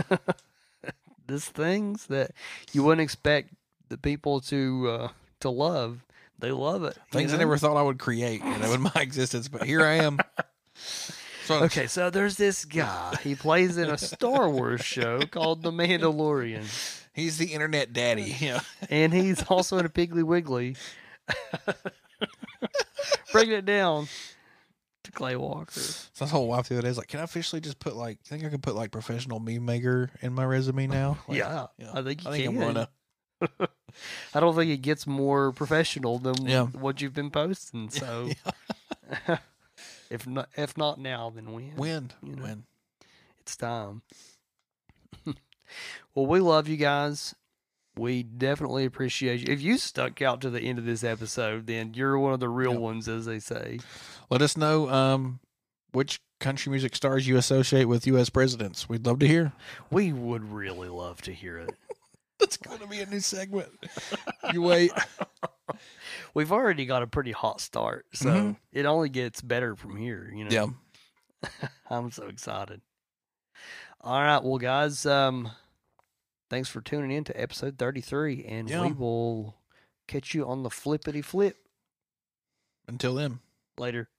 [SPEAKER 2] there's things that you wouldn't expect the people to uh, to love. They love it. you
[SPEAKER 3] Things I
[SPEAKER 2] know?
[SPEAKER 3] never thought I would create, you know, in my existence, but here I am. So
[SPEAKER 2] Okay, so there's this guy. He plays in a Star Wars show called The Mandalorian,
[SPEAKER 3] he's the internet daddy. You know,
[SPEAKER 2] and he's also in a Piggly Wiggly. Breaking it down to Clay Walker.
[SPEAKER 3] so I told my wife the other day, I was like, "Can I officially just put like? I think I can put like professional meme maker in my resume now." Like,
[SPEAKER 2] yeah,
[SPEAKER 3] yeah.
[SPEAKER 2] I think you
[SPEAKER 3] I think
[SPEAKER 2] can.
[SPEAKER 3] I'm gonna.
[SPEAKER 2] I don't think it gets more professional than
[SPEAKER 3] Yeah.
[SPEAKER 2] what you've been posting. So, if not, if not now, then when?
[SPEAKER 3] Win,
[SPEAKER 2] You know.
[SPEAKER 3] win.
[SPEAKER 2] It's time. well, we love you guys. We definitely appreciate you. If you stuck out to the end of this episode, then you're one of the real
[SPEAKER 3] Yep.
[SPEAKER 2] ones, as they say.
[SPEAKER 3] Let us know um, which country music stars you associate with U.S. presidents. We'd love to hear.
[SPEAKER 2] We would really love to hear it.
[SPEAKER 3] That's going to be a new segment. you wait.
[SPEAKER 2] We've already got a pretty hot start, so
[SPEAKER 3] Mhm.
[SPEAKER 2] it only gets better from here. You know.
[SPEAKER 3] Yeah.
[SPEAKER 2] I'm so excited. All right, well, guys, um, thanks for tuning in to episode 33, and
[SPEAKER 3] Yeah.
[SPEAKER 2] we will catch you on the flippity flip
[SPEAKER 3] Until then.
[SPEAKER 2] later.